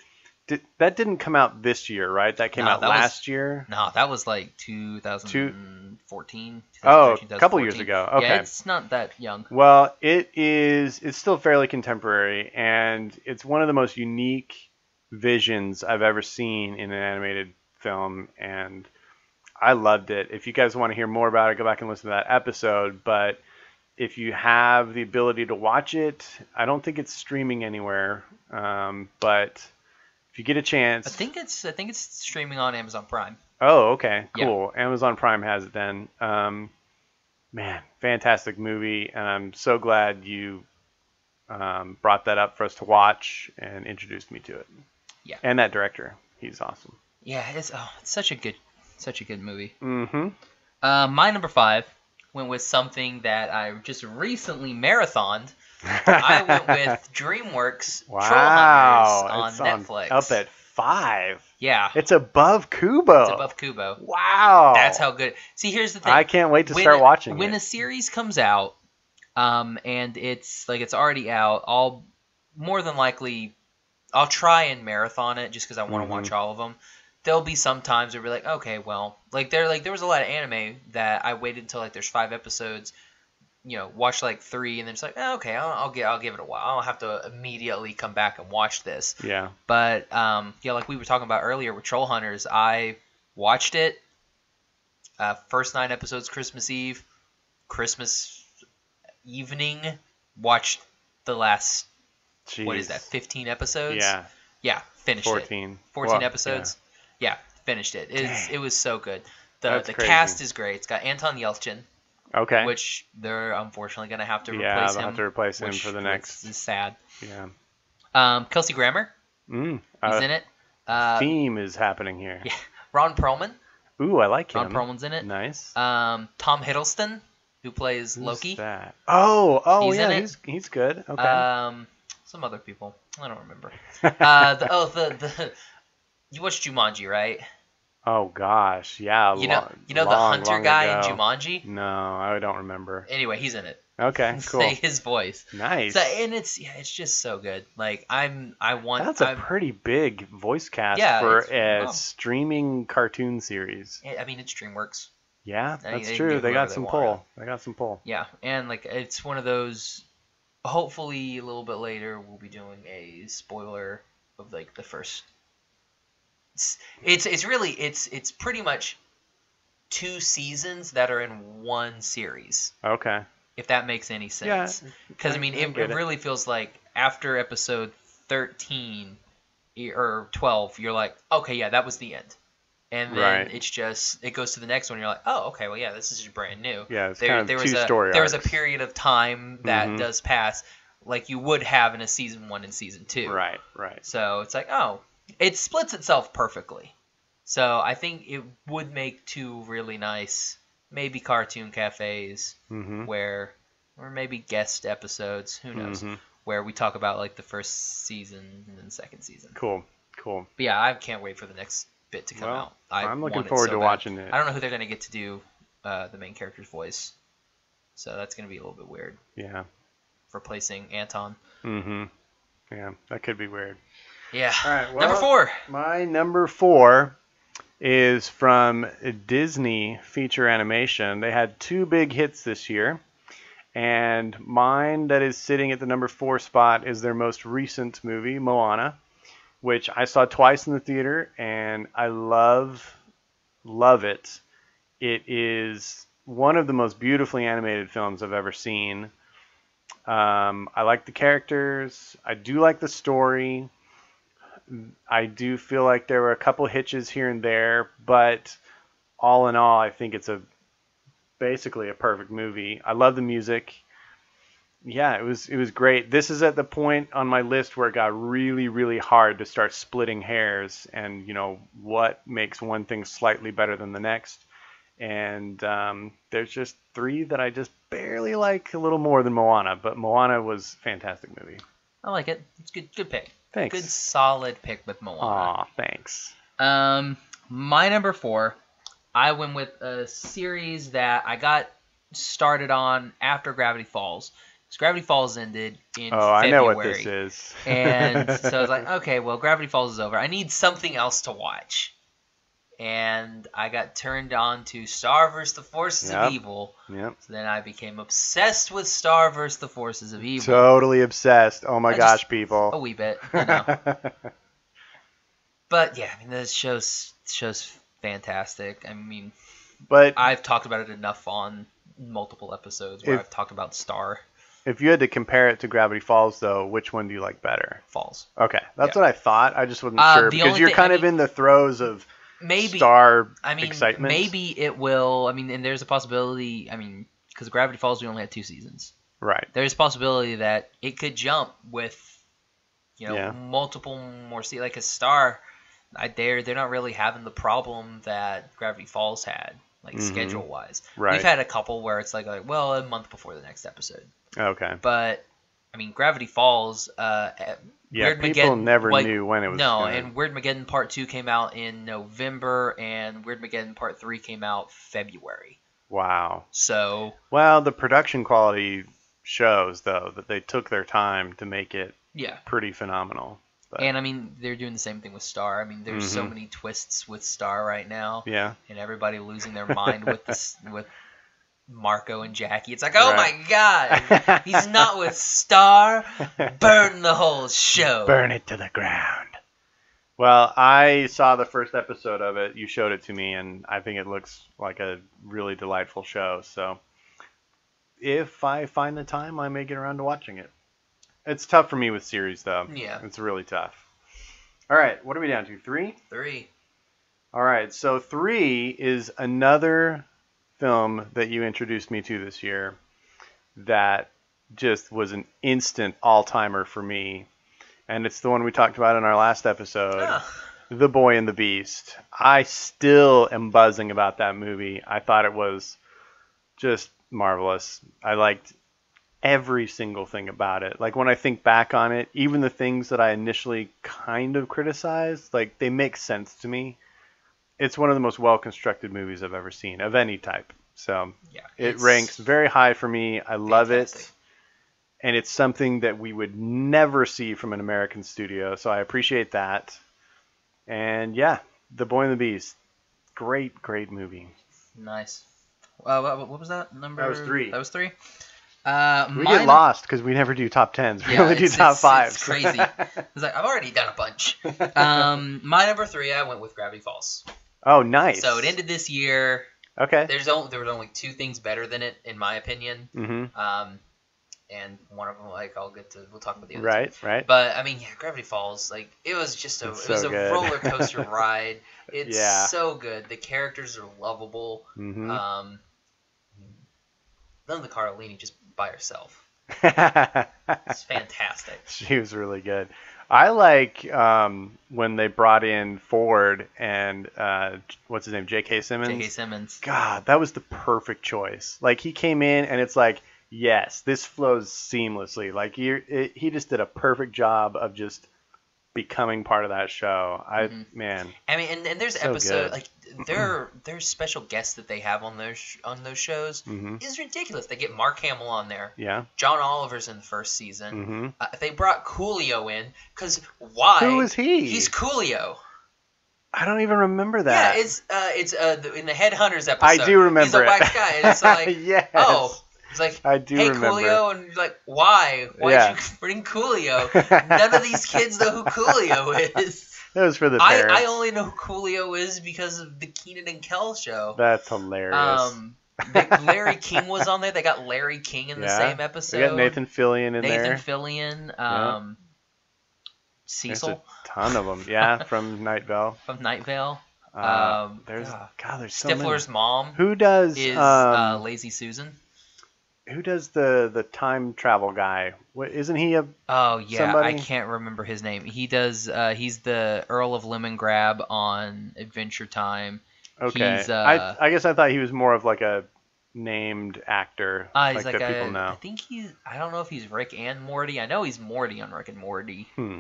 B: di- that didn't come out this year, right? That came
A: No,
B: out
A: that was-
B: last year.
A: No, that was like 2014.
B: Oh,
A: 2013,
B: a couple years
A: 2014.
B: ago. Okay.
A: Yeah, it's not that young.
B: Well, it is. It's still fairly contemporary, and it's one of the most unique visions I've ever seen in an animated film, and I loved it. If you guys want to hear more about it, go back and listen to that episode. But if you have the ability to watch it, I don't think it's streaming anywhere, um, but if you get a chance,
A: I think it's I think it's streaming on Amazon Prime.
B: Oh, okay,
A: Yeah.
B: cool. Amazon Prime has it then. Um, man, fantastic movie, and I'm so glad you um, brought that up for us to watch and introduced me to it.
A: Yeah.
B: And that director, he's awesome.
A: Yeah, it's oh, it's such a good such a good movie.
B: Mm-hmm.
A: Uh, my number five went with something that I just recently marathoned. I went with DreamWorks Troll Hunters on
B: it's
A: Netflix.
B: up at five.
A: yeah,
B: It's above Kubo.
A: it's above Kubo.
B: Oh. Wow.
A: That's how good. See, here's the thing.
B: I can't wait to
A: When-
B: start watching
A: When
B: it.
A: a series comes out, um, and it's like it's already out. I'll more than likely I'll try and marathon it just because I want to
B: Mhm.
A: watch all of them. There'll be some times where we're like, okay, well, like there like there was a lot of anime that I waited until like there's five episodes, you know, watch like three, and then it's like, oh, okay, I'll, I'll get I'll give it a while. I don't have to immediately come back and watch this.
B: Yeah.
A: But um, yeah, like we were talking about earlier with Troll Hunters, I watched it. Uh, first nine episodes, Christmas Eve, Christmas evening. Watched the last
B: Jeez.
A: what is that? Fifteen episodes.
B: Yeah.
A: yeah, finished it.
B: 14.
A: 14
B: Well,
A: episodes. Yeah. finished it. It's,
B: Dang.
A: it was so good. The,
B: That's
A: the
B: crazy.
A: cast is great. It's got Anton Yelchin,
B: yeah. Okay.
A: which they're unfortunately going to have to
B: yeah,
A: replace
B: they'll
A: him.
B: have to replace him
A: which
B: for the
A: is-
B: next.
A: Is sad.
B: Yeah.
A: Um, Kelsey Grammer,
B: Mm.
A: he's
B: Uh,
A: in it. Uh,
B: theme is happening here.
A: yeah, Ron Perlman.
B: Ooh, I like
A: Ron
B: him.
A: Perlman's in it.
B: Nice.
A: Um, Tom Hiddleston, who plays
B: Who's
A: Loki.
B: That? Oh, oh
A: He's in
B: yeah,
A: it.
B: he's he's good. Okay.
A: Um, some other people. I don't remember. Uh, the, oh, the, the you watched Jumanji, right?
B: oh gosh, yeah.
A: You know,
B: long-
A: you know the
B: long,
A: hunter
B: long
A: guy
B: ago.
A: in Jumanji.
B: No, I don't remember.
A: Anyway, he's in it.
B: Okay,
A: It's
B: Mm, cool.
A: like his voice.
B: Nice.
A: So, and it's yeah, it's just so good. Like I'm, I want.
B: That's a
A: I'm-
B: pretty big voice cast
A: Yeah,
B: for
A: it's-
B: a
A: wow.
B: streaming cartoon series.
A: I mean, it's DreamWorks.
B: Yeah,
A: I mean,
B: that's
A: they can
B: true.
A: do
B: They
A: whoever
B: got
A: they
B: some
A: want.
B: pull. They got some pull.
A: Yeah, and like it's one of those. Hopefully, a little bit later, we'll be doing a spoiler of like the first. It's it's, it's really it's it's pretty much two seasons that are in one series,
B: Okay.
A: if that makes any
B: Yeah.
A: sense. Because I mean,
B: I
A: it,
B: get
A: it
B: it.
A: really feels like after episode thirteen y- or twelve, you're like, okay, yeah, that was the end, and then
B: Right.
A: it's just it goes to the next one. You're like, oh, okay, well, yeah, this is just brand new
B: Yeah, it's
A: there,
B: kind of
A: there
B: two
A: was a
B: story
A: there was a
B: arcs.
A: period of time that
B: Mhm.
A: does pass, like you would have in a season one and season two.
B: Right, right.
A: So it's like, oh, it splits itself perfectly. So I think it would make two really nice, maybe cartoon cafes
B: Mm-hmm.
A: where, or maybe guest episodes. Who knows?
B: Mhm.
A: Where we talk about like the first season and then second season.
B: Cool, cool.
A: But yeah, I can't wait for the next bit to come
B: Well,
A: out. I
B: I'm looking
A: want it
B: forward
A: so
B: to
A: bad.
B: watching it.
A: I don't know who they're gonna get to do uh, the main character's voice, so that's gonna be a little bit weird.
B: Yeah.
A: Replacing Anton.
B: Mm-hmm. Yeah, that could be weird.
A: Yeah.
B: All right,
A: Number
B: well-
A: four.
B: My number four is from Disney Feature Animation. They had two big hits this year, and mine that is sitting at the number four spot is their most recent movie, Moana, which I saw twice in the theater, and I love, love it. It is one of the most beautifully animated films I've ever seen. Um, I like the characters. I do like the story. I do feel like there were a couple hitches here and there, but all in all, I think it's a basically a perfect movie. I love the music. Yeah, it was it was great. This is at the point on my list where it got really really hard to start splitting hairs and you know what makes one thing slightly better than the next. And um, there's just three that I just barely like a little more than Moana, but Moana was a fantastic movie.
A: I like it. It's good. Good pick.
B: Thanks.
A: Good solid pick with Moana.
B: Aw, thanks.
A: Um, my number four. I went with a series that I got started on after Gravity Falls. 'Cause Gravity Falls ended in
B: Oh,
A: February.
B: I know what this is.
A: and so I was like, okay, well, Gravity Falls is over. I need something else to watch. And I got turned on to Star vs. the Forces
B: Yep.
A: of Evil.
B: yep.
A: So then I became obsessed with Star vs. the Forces of Evil.
B: Totally obsessed. Oh my
A: I
B: gosh,
A: just- a
B: people.
A: wee bit, you know. but yeah, I mean, this show's show's fantastic. I mean,
B: but
A: I've talked about it enough on multiple episodes where
B: If-
A: I've talked about Star
B: if you had to compare it to Gravity Falls, though, which one do you like better?
A: Falls.
B: Okay, that's
A: Yeah.
B: what I thought. I just wasn't
A: Uh,
B: sure
A: the
B: because
A: only
B: you're
A: thing-
B: kind
A: I
B: of
A: mean-
B: in the throes of
A: Maybe
B: star
A: I mean,
B: excitement.
A: maybe it will. I mean, and there's a possibility. I mean, because Gravity Falls, we only had two seasons.
B: Right.
A: There's a possibility that it could jump with, you know,
B: Yeah.
A: multiple more see like a star. I dare they're not really having the problem that Gravity Falls had, like
B: Mhm.
A: schedule wise.
B: Right.
A: We've had a couple where it's like like well a month before the next episode,
B: Okay.
A: but I mean Gravity Falls. Uh,
B: Yeah,
A: Weird
B: people
A: Mageddon,
B: never
A: like-
B: knew when it was.
A: no,
B: gonna-
A: and Weird Mageddon Part Two came out in November, and Weird Mageddon Part Three came out February.
B: wow.
A: So
B: Well, the production quality shows though that they took their time to make it
A: Yeah.
B: pretty phenomenal. But,
A: And I mean, they're doing the same thing with Star. I mean, there's so
B: Mhm.
A: many twists with Star right now,
B: yeah,
A: and everybody losing their mind with this with Marco and Jackie. It's like, oh
B: Right.
A: my god, he's not with Star. Burn the whole show.
B: burn it to the ground. Well, I saw the first episode of it. You showed it to me, and I think it looks like a really delightful show. So, if I find the time, I may get around to watching it. It's tough for me with series, though.
A: Yeah.
B: It's really tough. All right, what are we down to? Three?
A: Three.
B: All right, so three is another film that you introduced me to this year that just was an instant all timer for me. And it's the one we talked about in our last episode
A: Ah,
B: The Boy and the Beast. I still am buzzing about that movie. I thought it was just marvelous. I liked every single thing about it. Like when I think back on it, even the things that I initially kind of criticized, like they make sense to me. It's one of the most well constructed movies I've ever seen of any type. So
A: yeah.
B: it
A: it's
B: ranks very high for me. I love it.
A: fantastic.
B: And it's something that we would never see from an American studio. So I appreciate that. And yeah, The Boy and the Beast. Great, great movie.
A: Nice. Uh, wha- wha- what was that number?
B: was three.
A: That was three. Uh,
B: We
A: mine-
B: get lost because we never do top tens. We
A: Yeah,
B: only do
A: it's-
B: top
A: it's-
B: fives.
A: It's crazy. It's like I've already done a bunch. Um, my number three, I went with Gravity Falls.
B: oh, nice.
A: So it ended this year.
B: Okay.
A: There's only there was only two things better than it, in my opinion.
B: hmm
A: Um, and one of them, like I'll get to, we'll talk about the other. two.
B: Right, right.
A: But I mean, yeah, Gravity Falls, like it was just a,
B: It's
A: it was
B: so
A: a
B: good.
A: roller coaster ride. It's
B: Yeah.
A: so good. The characters are lovable.
B: hmm
A: Um, none of the Carlini just by herself. uh, It's fantastic.
B: she was really good. I like um, when they brought in Ford and uh, what's his name, J.K. Simmons.
A: J.K. Simmons.
B: God, that was the perfect choice. Like he came in and it's like, yes, this flows seamlessly. Like you, it- he just did a perfect job of just becoming part of that show. I
A: Mhm.
B: man,
A: I mean, and, and there's
B: So
A: episode
B: good. Mm-hmm.
A: like there there's special guests that they have on those sh- on those shows
B: Mhm.
A: is ridiculous. They get Mark Hamill on there.
B: yeah.
A: John Oliver's in the first season.
B: hmm
A: Uh, they brought Coolio in because why?
B: Who is he?
A: He's Coolio.
B: I don't even remember that.
A: Yeah, it's uh, it's uh, the, in the Headhunters episode.
B: I do remember
A: He's a
B: it.
A: wax guy, and it's like,
B: yes.
A: oh, it's like,
B: I do
A: hey
B: remember.
A: Coolio, and you're like, why? Why'd
B: Yeah.
A: you bring Coolio? None of these kids know who Coolio is.
B: That was for the
A: I,
B: parents.
A: I only know who Coolio is because of the Keenan and Kel show.
B: That's hilarious.
A: Um, the- Larry King was on there. They got Larry King in the
B: Yeah.
A: same
B: we
A: episode.
B: got Nathan Fillion in
A: Nathan
B: there.
A: Fillion,
B: Yeah.
A: um,
B: There's
A: Cecil
B: a ton of them. Yeah, from Night Vale.
A: from Night Vale,
B: Uh,
A: Um,
B: there's
A: God.
B: God. There's so many.
A: Stifler's mom
B: Who does
A: is
B: um,
A: uh, Lazy Susan.
B: who does the the time travel guy? What isn't he a
A: Oh yeah,
B: somebody?
A: I can't remember his name. He does. Uh, he's the Earl of Lemon Grab on Adventure Time.
B: okay?
A: He's, uh,
B: I I guess I thought he was more of like a named actor,
A: Uh, he's
B: like,
A: like,
B: that
A: a-
B: people
A: I
B: know.
A: think he's. I don't know if he's Rick and Morty. I know he's Morty on Rick and Morty.
B: Hmm.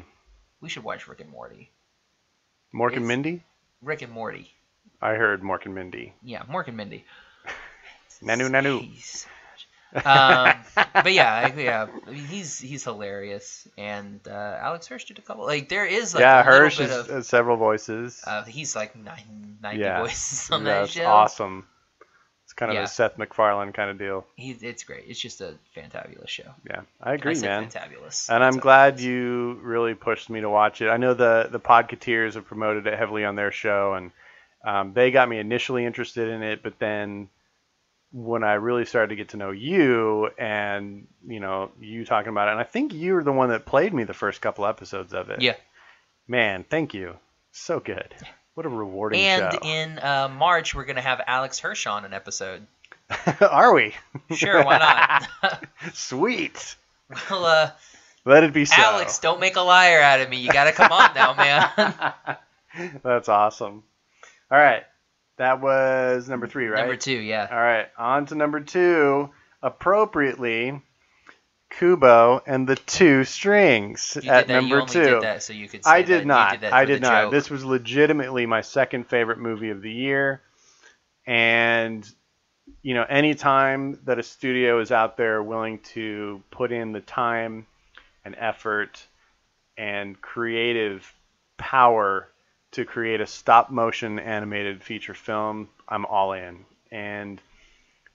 A: We should watch Rick and Morty.
B: Mork and
A: it's-
B: Mindy.
A: Rick and Morty.
B: I heard Mork and Mindy.
A: Yeah, Mork and Mindy.
B: Nanu Nanu.
A: Jeez. um, but yeah, I- yeah, I mean, he's he's hilarious, and uh, Alex Hirsch did a couple. Like there is like
B: yeah,
A: a little
B: Hirsch
A: bit
B: is
A: of
B: uh, several voices.
A: uh, he's like nine- ninety
B: Yeah.
A: voices on that
B: That's
A: show.
B: awesome. It's kind of
A: Yeah.
B: a Seth MacFarlane kind of deal.
A: He, it's great. It's just a fantabulous show.
B: Yeah, I
A: I
B: agree,
A: say
B: man.
A: Fantabulous.
B: And I'm
A: That's
B: glad
A: all.
B: you really pushed me to watch it. I know the the Podcateers have promoted it heavily on their show, and um, they got me initially interested in it. But then when I really started to get to know you, and you know you talking about it, and I think you were the one that played me the first couple episodes of it.
A: Yeah.
B: Man, thank you. So good. What a rewarding
A: And
B: show.
A: in uh, March, we're gonna have Alex Hirsch on an episode.
B: Are we?
A: Sure, why not?
B: Sweet.
A: well, uh,
B: Let it be so.
A: Alex, don't make a liar out of me. You gotta come on now, man.
B: That's awesome. All right. That was number three, right?
A: Number two, yeah.
B: All right. On to number two. Appropriately, Kubo and the Two Strings
A: You did
B: at
A: that.
B: number
A: you only
B: two.
A: did that so you could. Say
B: I
A: that
B: did
A: you
B: not.
A: that
B: I
A: for the
B: did not.
A: joke.
B: This was legitimately my second favorite movie of the year, and you know, anytime that a studio is out there willing to put in the time and effort and creative power to create a stop motion animated feature film, I'm all in. And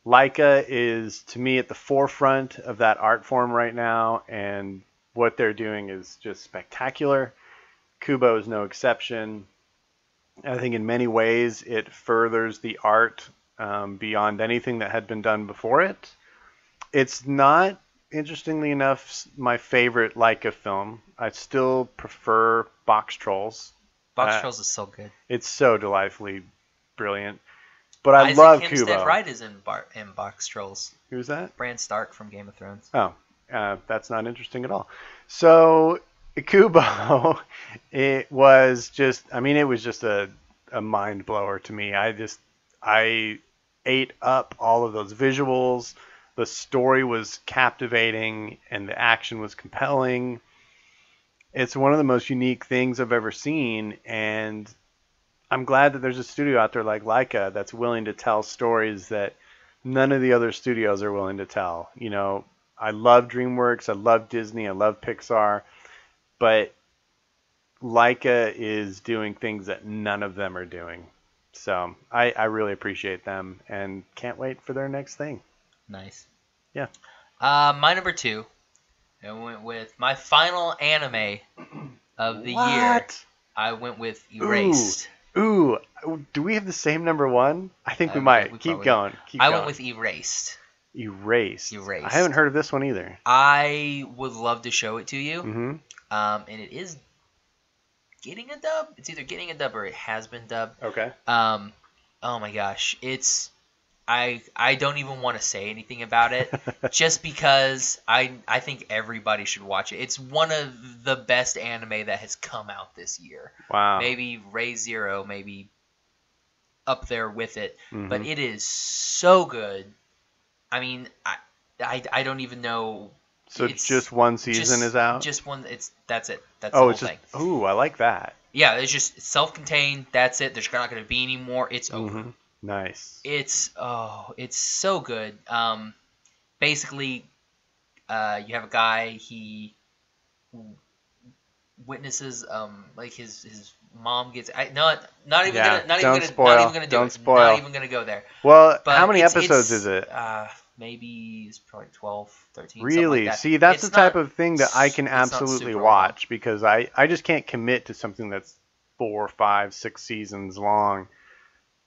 B: Leica is to me at the forefront of that art form right now, and what they're doing is just spectacular. Kubo is no exception. I think in many ways it furthers the art um, beyond anything that had been done before it. It's not, interestingly enough, s- my favorite Leica film. I still prefer Box Trolls.
A: Box
B: Uh,
A: Trolls is so good.
B: It's so delightfully brilliant. But I
A: Isaac
B: love
A: Hempstead
B: Kubo.
A: Wright is in, Bar- in Box Trolls.
B: Who's that?
A: Bran Stark from Game of Thrones.
B: Oh, uh, that's not interesting at all. So Kubo, it was just, I mean, it was just a, a mind blower to me. I just, I ate up all of those visuals. The story was captivating and the action was compelling. It's one of the most unique things I've ever seen. And I'm glad that there's a studio out there like Leica that's willing to tell stories that none of the other studios are willing to tell. You know, I love DreamWorks, I love Disney, I love Pixar, but Leica is doing things that none of them are doing. So I, I really appreciate them and can't wait for their next thing.
A: Nice.
B: Yeah.
A: Uh, my number two. I went with my final anime of the year. I went with Erased.
B: Ooh, do we have the same number one? I think
A: I
B: we
A: don't
B: might.
A: think we
B: Keep
A: probably-
B: going. Keep
A: I
B: going.
A: went with Erased.
B: Erased.
A: Erased.
B: I haven't heard of this one either.
A: I would love to show it to you.
B: hmm
A: Um, and it is getting a dub. It's either getting a dub or it has been dubbed.
B: Okay.
A: Um, oh my gosh, it's I I don't even want to say anything about it just because I I think everybody should watch it. It's one of the best anime that has come out this year.
B: Wow.
A: Maybe Ray Zero, maybe up there with it, but
B: Mhm.
A: it is so good. I mean, I I, I don't even know.
B: so
A: it's
B: just one season
A: just-
B: is out.
A: Just one. It's that's it. That's the
B: oh,
A: whole
B: it's just.
A: thing.
B: Ooh, I like that.
A: Yeah, it's just it's self-contained. That's it. There's not going to be any more. It's over.
B: Mhm. Nice.
A: It's oh, it's so good. Um, basically, uh, you have a guy he w- witnesses um like his his mom gets I, not not even
B: Yeah,
A: gonna, not
B: don't
A: even gonna,
B: spoil.
A: not even gonna do
B: Don't
A: it.
B: spoil.
A: Not even gonna go there.
B: Well,
A: But
B: how many
A: it's-
B: episodes
A: it's,
B: is it?
A: Uh, maybe it's probably 12, 13. something like
B: Really?
A: that.
B: See, that's
A: It's
B: the type
A: not-
B: of thing that I can
A: it's not
B: absolutely
A: super long.
B: watch because I, I just can't commit to something that's four, five, six seasons long.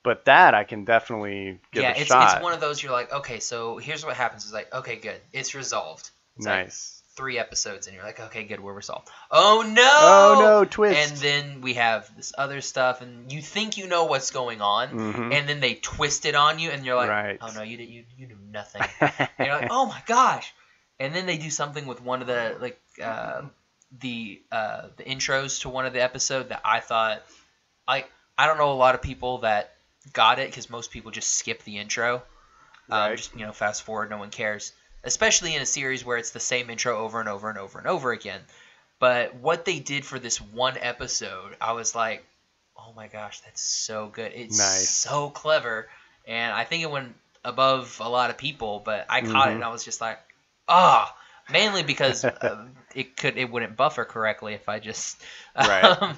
B: But that I can definitely give
A: yeah,
B: a
A: it's,
B: shot.
A: it's one of those you're like, okay, so here's what happens. It's like, okay, good, it's resolved. It's like
B: nice.
A: three episodes, and you're like, okay, good, we're resolved. Oh no!
B: Oh, no, twist.
A: And then we have this other stuff, and you think you know what's going on,
B: Mhm.
A: and then they twist it on you, and you're like,
B: Right.
A: oh no, you did, you you knew nothing. and you're like, oh my gosh! And then they do something with one of the like uh, the uh, the intros to one of the episode that I thought, I I don't know a lot of people that got it because most people just skip the intro, um,
B: Right.
A: just you know fast forward, no one cares. Especially in a series where it's the same intro over and over and over and over again. But what they did for this one episode, I was like, oh my gosh, that's so good. It's
B: Nice.
A: so clever. And I think it went above a lot of people, but I caught it
B: Mhm.
A: and I was just like, ah, mainly because um, it could it wouldn't buffer correctly if I just
B: Right.
A: um,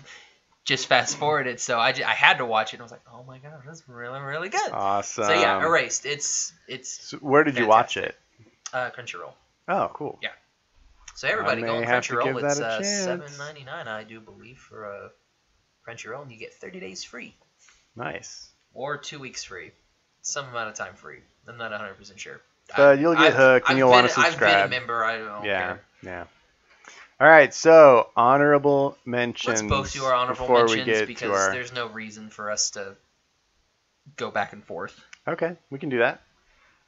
A: just fast forward it. So I, ju- I had to watch it and I was like, oh my gosh, that's really, really good.
B: awesome.
A: so yeah, erased. It's it's
B: So where did you watch it?
A: uh, Crunchyroll.
B: Oh, cool.
A: So everybody
B: may
A: go on
B: have to give
A: Crunchyroll.
B: that
A: It's
B: a
A: uh,
B: chance.
A: seven ninety nine, I do believe, for uh, Crunchyroll, and you get thirty days free
B: Nice.
A: or two weeks free, some amount of time free. I'm not hundred percent sure.
B: So
A: I-
B: you'll get hooked and
A: I've
B: you'll
A: been-
B: wanna
A: I've been a
B: subscribe.
A: member. I don't
B: yeah.
A: care.
B: Yeah. All right. So honorable
A: Let's
B: mentions.
A: both do our honorable
B: before
A: mentions
B: we get
A: because
B: to our.
A: there's no reason for us to go back and forth.
B: Okay, we can do that.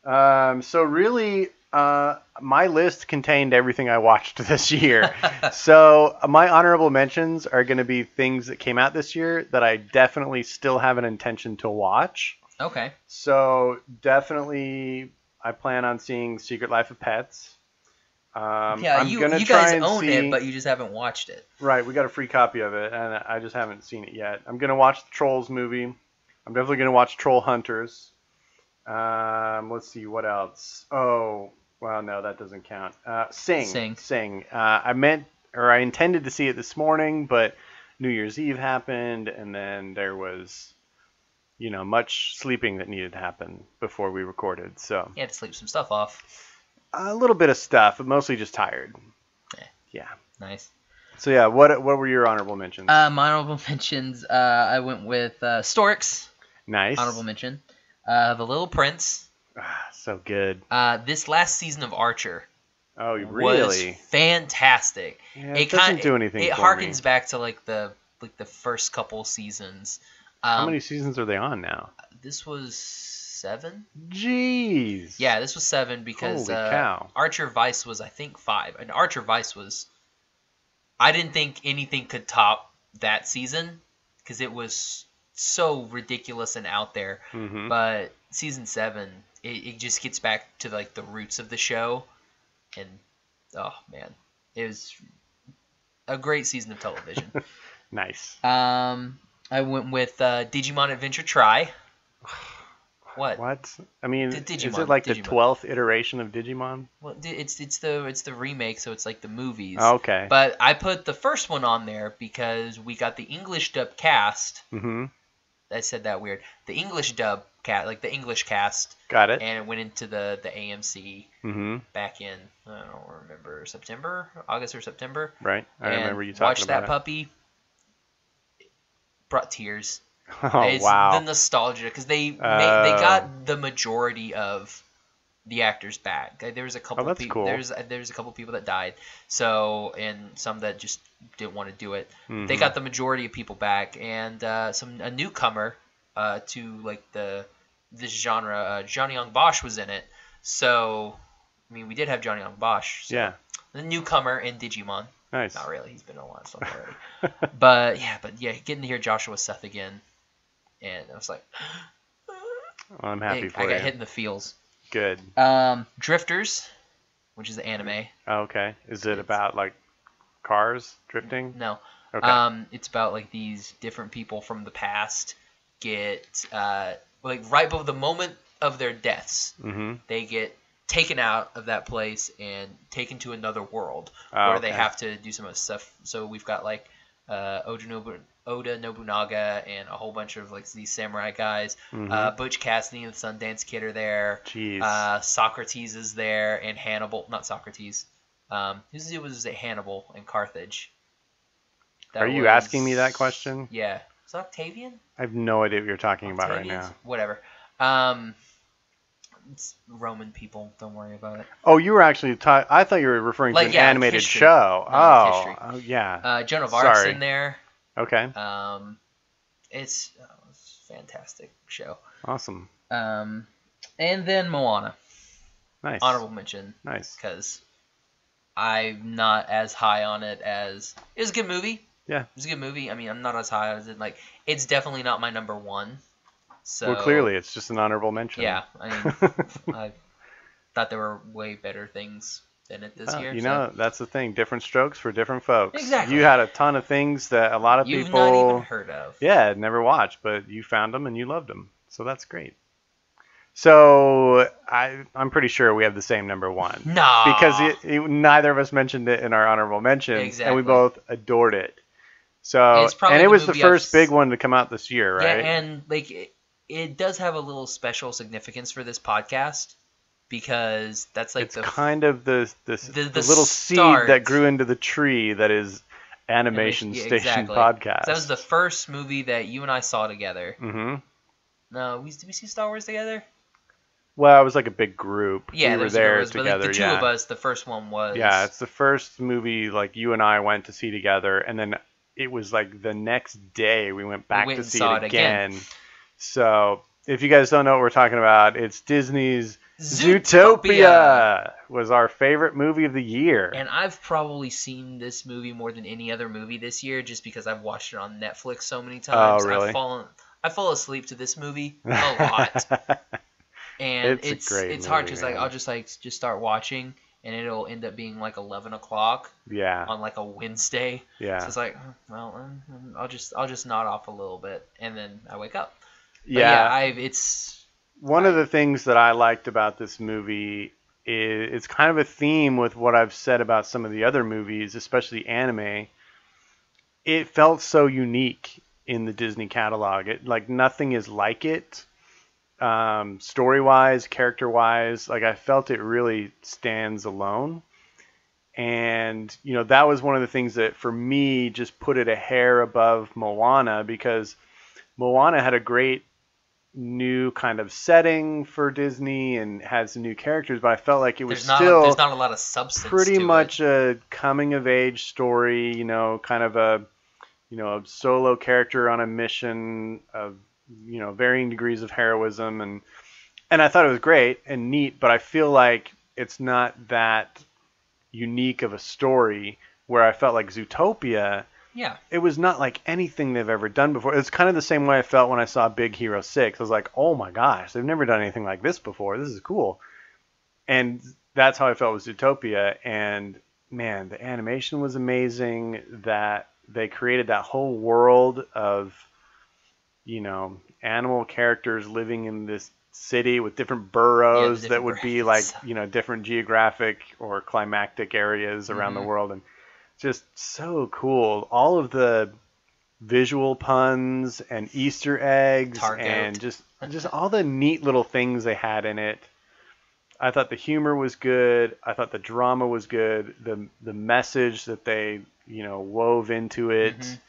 B: Um, so really, uh, my list contained everything I watched this year. so uh, my honorable mentions are going to be things that came out this year that I definitely still have an intention to watch.
A: Okay.
B: So definitely, I plan on seeing Secret Life of Pets. Um,
A: yeah,
B: I'm
A: you
B: gonna
A: you
B: try
A: guys
B: and
A: own
B: see-
A: it, but you just haven't watched it.
B: Right, we got a free copy of it, and I just haven't seen it yet. I'm gonna watch the Trolls movie. I'm definitely gonna watch Troll Hunters. Um, let's see what else. Oh, well, no, that doesn't count. Uh, Sing,
C: Sing.
B: Sing. Uh, I meant or I intended to see it this morning, but New Year's Eve happened, and then there was, you know, much sleeping that needed to happen before we recorded. So
C: You had to sleep some stuff off.
B: a little bit of stuff, but mostly just tired.
C: Eh.
B: Yeah.
C: Nice.
B: So yeah, what what were your honorable mentions?
C: Uh, my honorable mentions. Uh, I went with uh, Storks.
B: nice.
C: Honorable mention. Uh, the Little Prince.
B: Ah, so good.
C: Uh, this last season of Archer
B: Oh,
C: was
B: really?
C: fantastic.
B: Yeah, it,
A: kinda-
B: doesn't do anything.
A: it
B: for
A: harkens
B: me.
A: back to like the like the first couple seasons.
B: How
A: Um,
B: many seasons are they on now?
A: This was seven.
B: Jeez.
A: Yeah, this was seven because
B: Holy
A: uh,
B: cow.
A: Archer Vice was I think five, and Archer Vice was. I didn't think anything could top that season because it was so ridiculous and out there.
B: hmm
A: But season seven, it, it just gets back to like the roots of the show, and oh man, it was a great season of television.
B: Nice.
A: um, I went with uh, Digimon Adventure Try. What?
B: What? I mean,
A: D-
B: is
A: Digimon,
B: it like the
A: Digimon.
B: twelfth iteration of Digimon?
A: Well, d- it's it's the it's the remake, so it's like the movies.
B: Oh, Okay.
A: But I put the first one on there because we got the English dub cast.
B: mm-hmm.
A: I said that weird. The English dub cat, like the English cast,
B: Got it.
A: and it went into the the AMC
B: Mm-hmm.
A: back in I don't remember September, August or September.
B: Right. I
A: and
B: remember you
A: watched
B: talking about
A: that puppy. Brought tears.
B: it. Oh
A: it's
B: wow.
A: the nostalgia because they ma- they
B: Oh.
A: got the majority of the actors back. Like, There was a couple
B: Oh, that's
A: people.
B: cool.
A: There's there's a couple people that died. So and some that just didn't want to do it. They
B: Mhm.
A: got the majority of people back and uh, some a newcomer uh, to like the this genre. Uh, Johnny Young Bosch was in it. So I mean we did have Johnny Young Bosch. So
B: Yeah.
A: The newcomer in Digimon.
B: Nice.
A: Not really. He's been on a lot of stuff already. but yeah, but yeah, getting to hear Joshua Seth again, and I was like,
B: Well, I'm happy
A: dang,
B: for
A: I got
B: you.
A: hit in the feels.
B: Good.
A: Um, Drifters, which is the anime.
B: Mm-hmm. Oh, Okay. Is it about like cars drifting?
A: No,
B: Okay.
A: um, it's about like these different people from the past get uh, like right before the moment of their deaths,
B: mm-hmm.
A: they get taken out of that place and taken to another world
B: Oh,
A: where they
B: okay.
A: have to do some other stuff. So we've got like uh, Oda, Nobu- Oda Nobunaga and a whole bunch of like these samurai guys. Uh, Butch Cassidy and the Sundance Kid are there.
B: Mm-hmm. Jeez.
A: Uh, Socrates is there and Hannibal. Not Socrates. Um, who's it was it Hannibal and Carthage? That
B: Are you
A: was-
B: asking me that question?
A: Yeah. Is it Octavian?
B: I have no idea what you're talking about right
A: Octavians?
B: now.
A: Whatever. Um, it's Roman people. Don't worry about it.
B: Oh, you were actually talking. I thought you were referring
A: Like,
B: to an
A: yeah,
B: animated
A: history.
B: show.
A: No,
B: Oh,
A: history.
B: oh, yeah.
A: Uh, Joan of Arc's
B: Sorry.
A: in there.
B: okay.
A: Um, it's, oh, it's a fantastic show.
B: Awesome.
A: Um, and then Moana,
B: Nice.
A: honorable mention,
B: Nice.
A: because I'm not as high on it as it was a good movie.
B: Yeah.
A: it was a good movie. I mean, I'm not as high as it like it's definitely not my number one. So
B: well, clearly it's just an honorable mention.
A: yeah. I mean, I thought there were way better things than it this
B: Well,
A: year.
B: you
A: so-
B: know, that's the thing. Different strokes for different folks.
A: Exactly.
B: You had a ton of things that a lot of
A: you've
B: people,
A: not even heard of.
B: yeah, had never watched, but you found them and you loved them. So that's great. So I, I'm pretty sure we have the same number one
A: Nah,
B: because it, it- neither of us mentioned it in our honorable mentions, and
A: Exactly.
B: we both adored it. So
A: It's probably
B: and it
A: the
B: was the
A: movie I've
B: 1st
A: s-
B: big one to come out this year, right?
A: Yeah, and like it, it does have a little special significance for this podcast because that's like
B: it's
A: the
B: kind of the the,
A: the-
B: the
A: the
B: little
A: start.
B: seed that grew into the tree that is animation
A: Yeah,
B: station
A: exactly.
B: podcast.
A: That was the first movie that you and I saw together.
B: hmm
A: No, we did we see Star Wars together?
B: Well, it was like a big group.
A: Yeah,
B: we
A: there
B: were
A: was a group
B: there
A: of us, But like
B: together.
A: the two
B: yeah.
A: of us, the first one was
B: Yeah, it's the first movie like you and I went to see together, and then it was like the next day we went back
A: went
B: to
A: and
B: see
A: saw
B: it
A: it again.
B: again. So if you guys don't know what we're talking about, it's Disney's
A: Zootopia.
B: Zootopia was our favorite movie of the year.
A: And I've probably seen this movie more than any other movie this year, just because I've watched it on Netflix so many times.
B: Oh, really?
A: I've fallen, I fall asleep to this movie a lot. and
B: It's
A: it's
B: a
A: it's,
B: great
A: hard
B: movie,
A: because like
B: man.
A: I'll just like just start watching and it'll end up being like eleven o'clock
B: yeah,
A: on like a Wednesday.
B: yeah,
A: Um, So it's like "Oh, well um, um, I'll just I'll just nod off a little bit and then I wake up. But
B: yeah.
A: I've it's
B: one of the things that I liked about this movie is it's kind of a theme with what I've said about some of the other movies, especially anime. It felt so unique in the Disney catalog. It like nothing is like it. Um, story wise, character wise, like I felt it really stands alone. And you know that was one of the things that for me just put it a hair above Moana because Moana had a great new kind of setting for Disney and had some new characters, but I felt like it was
A: There's not
B: still
A: there's not a lot of substance.
B: pretty
A: to it.
B: much a coming of age story, you know, kind of a you know, a solo character on a mission of you know, varying degrees of heroism and and I thought it was great and neat, but I feel like it's not that unique of a story where I felt like Zootopia
A: Yeah.
B: it was not like anything they've ever done before. It's kind of the same way I felt when I saw Big Hero 6. I was like, "Oh my gosh, they've never done anything like this before. This is cool." And that's how I felt with Zootopia and man, the animation was amazing that they created that whole world of you know, animal characters living in this city with different burrows that
A: different
B: would be like,
A: burrows.
B: you know, different geographic or climactic areas around the world and just so cool. All of the visual puns and Easter eggs
A: Target.
B: and just just all the neat little things they had in it. I thought the humor was good. I thought the drama was good. The the message that they you know wove into it.
A: Mhm.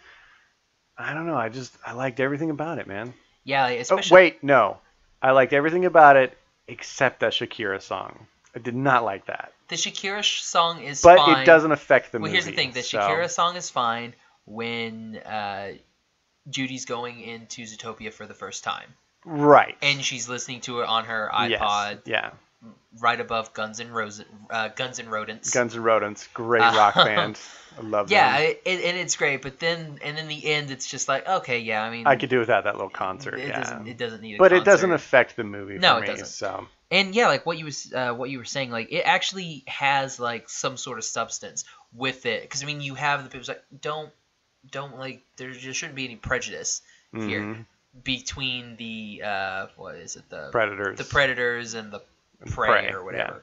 B: I don't know. I just I liked everything about it, man.
A: Yeah, like,
B: Oh,
A: especially
B: wait, no. I liked everything about it except that Shakira song. I did not like that,
A: the Shakira sh- song is
B: but
A: fine.
B: it doesn't affect the
A: Well,
B: movie.
A: here's the thing: the
B: so-
A: Shakira song is fine when uh, Judy's going into Zootopia for the first time,
B: right?
A: and she's listening to it on her
B: Yes,
A: iPod,
B: yeah.
A: right above Guns and Roses, uh, Guns and Rodents.
B: Guns N' Rodents, great
A: Uh,
B: rock band. I love
A: yeah,
B: them.
A: it, and it's great, but then and in the end, it's just like, okay, yeah, I mean,
B: I could do without that little concert.
A: It
B: yeah.
A: doesn't. It doesn't need. A
B: but it doesn't
A: concert.
B: affect the movie
A: No,
B: for
A: it
B: me.
A: doesn't.
B: So
A: and yeah like what you was uh, what you were saying like it actually has like some sort of substance with it because i mean you have the people's like don't don't like there just shouldn't be any prejudice here
B: Mhm.
A: between the uh what is it the
B: predators.
A: the predators and the prey,
B: prey,
A: or whatever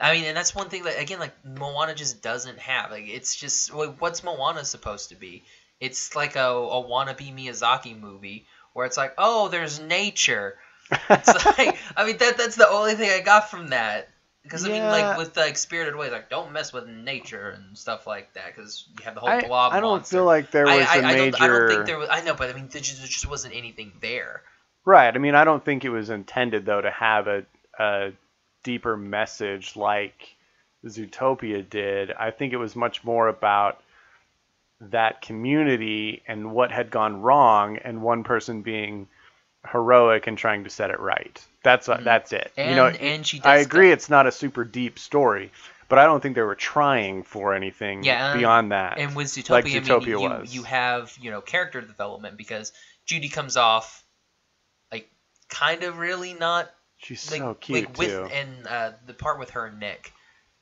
A: i mean and that's one thing that again like moana just doesn't have like it's just like, what's moana supposed to be it's like a, a wannabe miyazaki movie where it's like oh there's nature it's like I mean that that's the only thing I got from that. Because I mean,
B: Yeah.
A: like with like Spirited Away, like don't mess with nature and stuff like that. Because you have the whole
B: I,
A: blob.
B: I don't
A: monster.
B: feel like there was
A: I, I, I
B: a major.
A: don't, I don't think there was. I know, but I mean, there just, there just wasn't anything there.
B: Right. I mean, I don't think it was intended though to have a, a deeper message like Zootopia did. I think it was much more about that community and what had gone wrong, and one person being heroic and trying to set it right. That's uh, that's it.
A: Mm-hmm. And
B: you know,
A: and she. Does
B: I agree.
A: go-
B: It's not a super deep story, but I don't think they were trying for anything
A: Yeah, and-
B: beyond that.
A: And with Zootopia,
B: like
A: I mean,
B: Zootopia
A: you,
B: was.
A: you have you know character development because Judy comes off like kind of really not
B: She's
A: like,
B: so cute
A: like with
B: too.
A: and uh, the part with her and Nick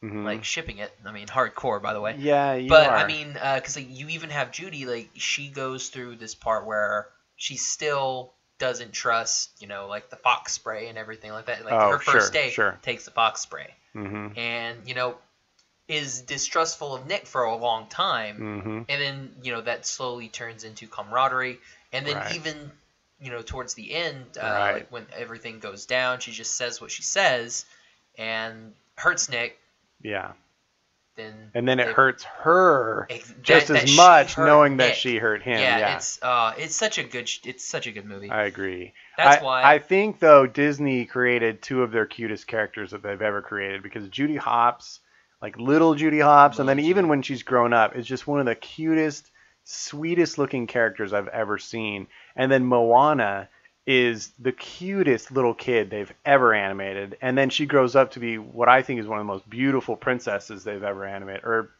B: Mhm.
A: like shipping it. I mean, hardcore by the way.
B: yeah, you
A: but
B: are.
A: I mean, because like you even have Judy, like she goes through this part where she still doesn't trust, you know, like the fox spray and everything like that. Like
B: Oh,
A: her first
B: sure,
A: day
B: sure.
A: takes the fox spray,
B: hmm
A: and you know, is distrustful of Nick for a long time,
B: hmm
A: and then you know that slowly turns into camaraderie, and then
B: Right.
A: even you know towards the end, uh,
B: Right.
A: like when everything goes down, she just says what she says, and hurts Nick.
B: Yeah.
A: Then
B: and then it
A: they-
B: hurts her
A: Ex-
B: just
A: that- that
B: as
A: she
B: much
A: hurt
B: knowing that
A: Nick.
B: she hurt him.
A: yeah,
B: Yeah,
A: it's uh, it's such a good, sh- it's such a good movie.
B: I agree.
A: That's
B: I,
A: why.
B: I think though Disney created two of their cutest characters that they've ever created because Judy Hopps, like little Judy Hopps, and then even when she's grown up, is just one of the cutest, sweetest looking characters I've ever seen. And then Moana is the cutest little kid they've ever animated, and then she grows up to be what I think is one of the most beautiful princesses they've ever animated, or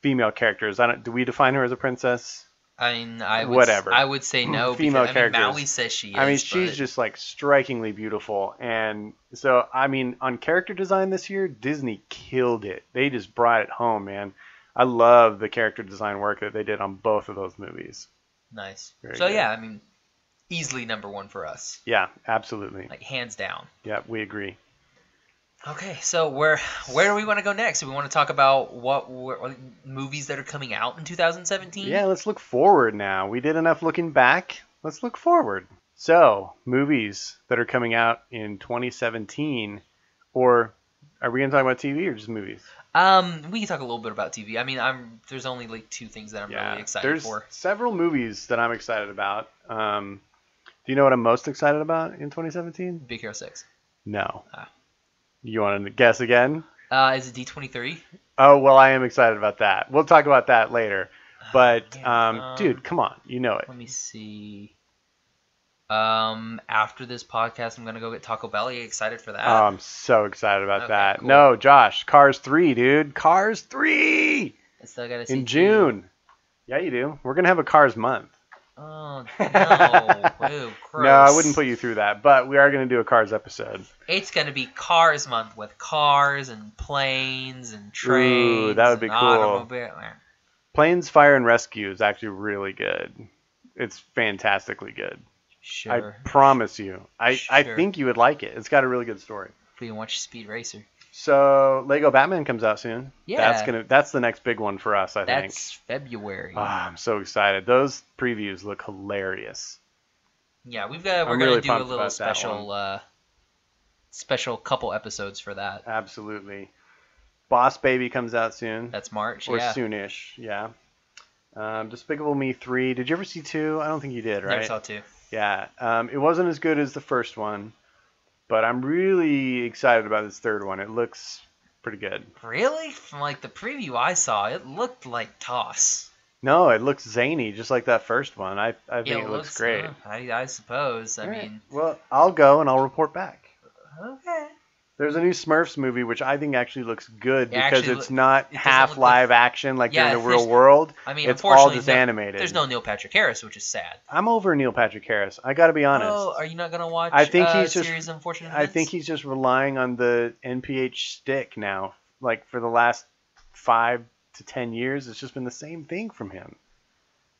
B: female characters. I don't. Do we define her as a princess?
A: I mean, I would,
B: Whatever.
A: I would say no.
B: Female
A: because, I mean,
B: characters.
A: Maui says she. Is,
B: I mean, she's
A: but-
B: just like strikingly beautiful. And so, I mean, on character design this year, Disney killed it. They just brought it home, man. I love the character design work that they did on both of those movies.
A: nice.
B: very
A: So
B: good.
A: yeah, I mean, easily number one for us,
B: Yeah, absolutely.
A: like hands down.
B: Yeah, we agree.
A: Okay, so where where do we want to go next? Do we want to talk about what were, movies that are coming out in 2017?
B: Yeah, let's look forward now. We did enough looking back. Let's look forward. So, movies that are coming out in 2017, or are we going to talk about TV or just movies?
A: Um, we can talk a little bit about TV. I mean, I'm there's only like two things that I'm really excited
B: there's
A: for.
B: several movies that I'm excited about. Um, do you know what I'm most excited about in 2017?
A: Big Hero Six.
B: No.
A: Ah.
B: You want to guess again?
A: Uh, is it D23?
B: Oh well, I am excited about that. We'll talk about that later. But
A: Ah, Yeah,
B: um,
A: um, uh,
B: dude, come on, you know it.
A: Let me see. Um, after this podcast, I'm gonna go get Taco Bell. Are you excited for that?
B: Oh, I'm so excited about
A: Okay,
B: that.
A: cool.
B: No, Josh, Cars 3, dude. Cars 3
A: I still gotta see
B: in June. Yeah, you do. We're going to have a Cars month.
A: Oh no! Ew, gross.
B: No, I wouldn't put you through that, but we are going to do a Cars episode.
A: It's gonna be Cars Month with cars and planes and trains.
B: Ooh, that would be
A: and
B: cool.
A: automobile-
B: Planes, Fire, and Rescue is actually really good. It's fantastically good.
A: Sure.
B: I promise you. I, I
A: Sure.
B: think you would like it. It's got a really good story.
A: If we can watch Speed Racer.
B: So Lego Batman comes out soon.
A: Yeah.
B: That's gonna that's the next big one for us, I think.
A: That's February.
B: Ah, I'm so excited. Those previews look hilarious.
A: yeah, we've got. We're
B: I'm
A: gonna
B: really
A: do a
B: pumped
A: little
B: about that
A: special, uh, special couple episodes for that.
B: Absolutely. Boss Baby comes out soon.
A: That's March.
B: or
A: yeah.
B: soonish, yeah. Um, Despicable Me 3. Did you ever see 2? I don't think you did,
A: Never
B: right?
A: saw two.
B: Yeah. Um, it wasn't as good as the first one, but I'm really excited about this third one. It looks pretty good.
A: Really? From like the preview I saw, it looked like toss.
B: No, it looks zany, just like that first one. I, I think it, looks, great.
A: uh, I, I suppose. I
B: All right.
A: mean,
B: well, I'll go and I'll report back.
A: okay.
B: There's a new Smurfs movie which I think actually looks good
A: It
B: because
A: actually
B: it's
A: loo-
B: not
A: it doesn't
B: half
A: look like-
B: live action like
A: Yeah,
B: they're in the
A: there's-
B: real world.
A: I mean,
B: it's all
A: unfortunately,
B: just
A: no-
B: animated.
A: There's no Neil Patrick Harris, which is sad.
B: I'm over Neil Patrick Harris. I got to be honest.
A: Oh, are you not gonna watch?
B: I think
A: uh,
B: he's just-
A: series unfortunate.
B: I think he's just relying on the NPH stick now. Like for the last five to ten years, it's just been the same thing from him.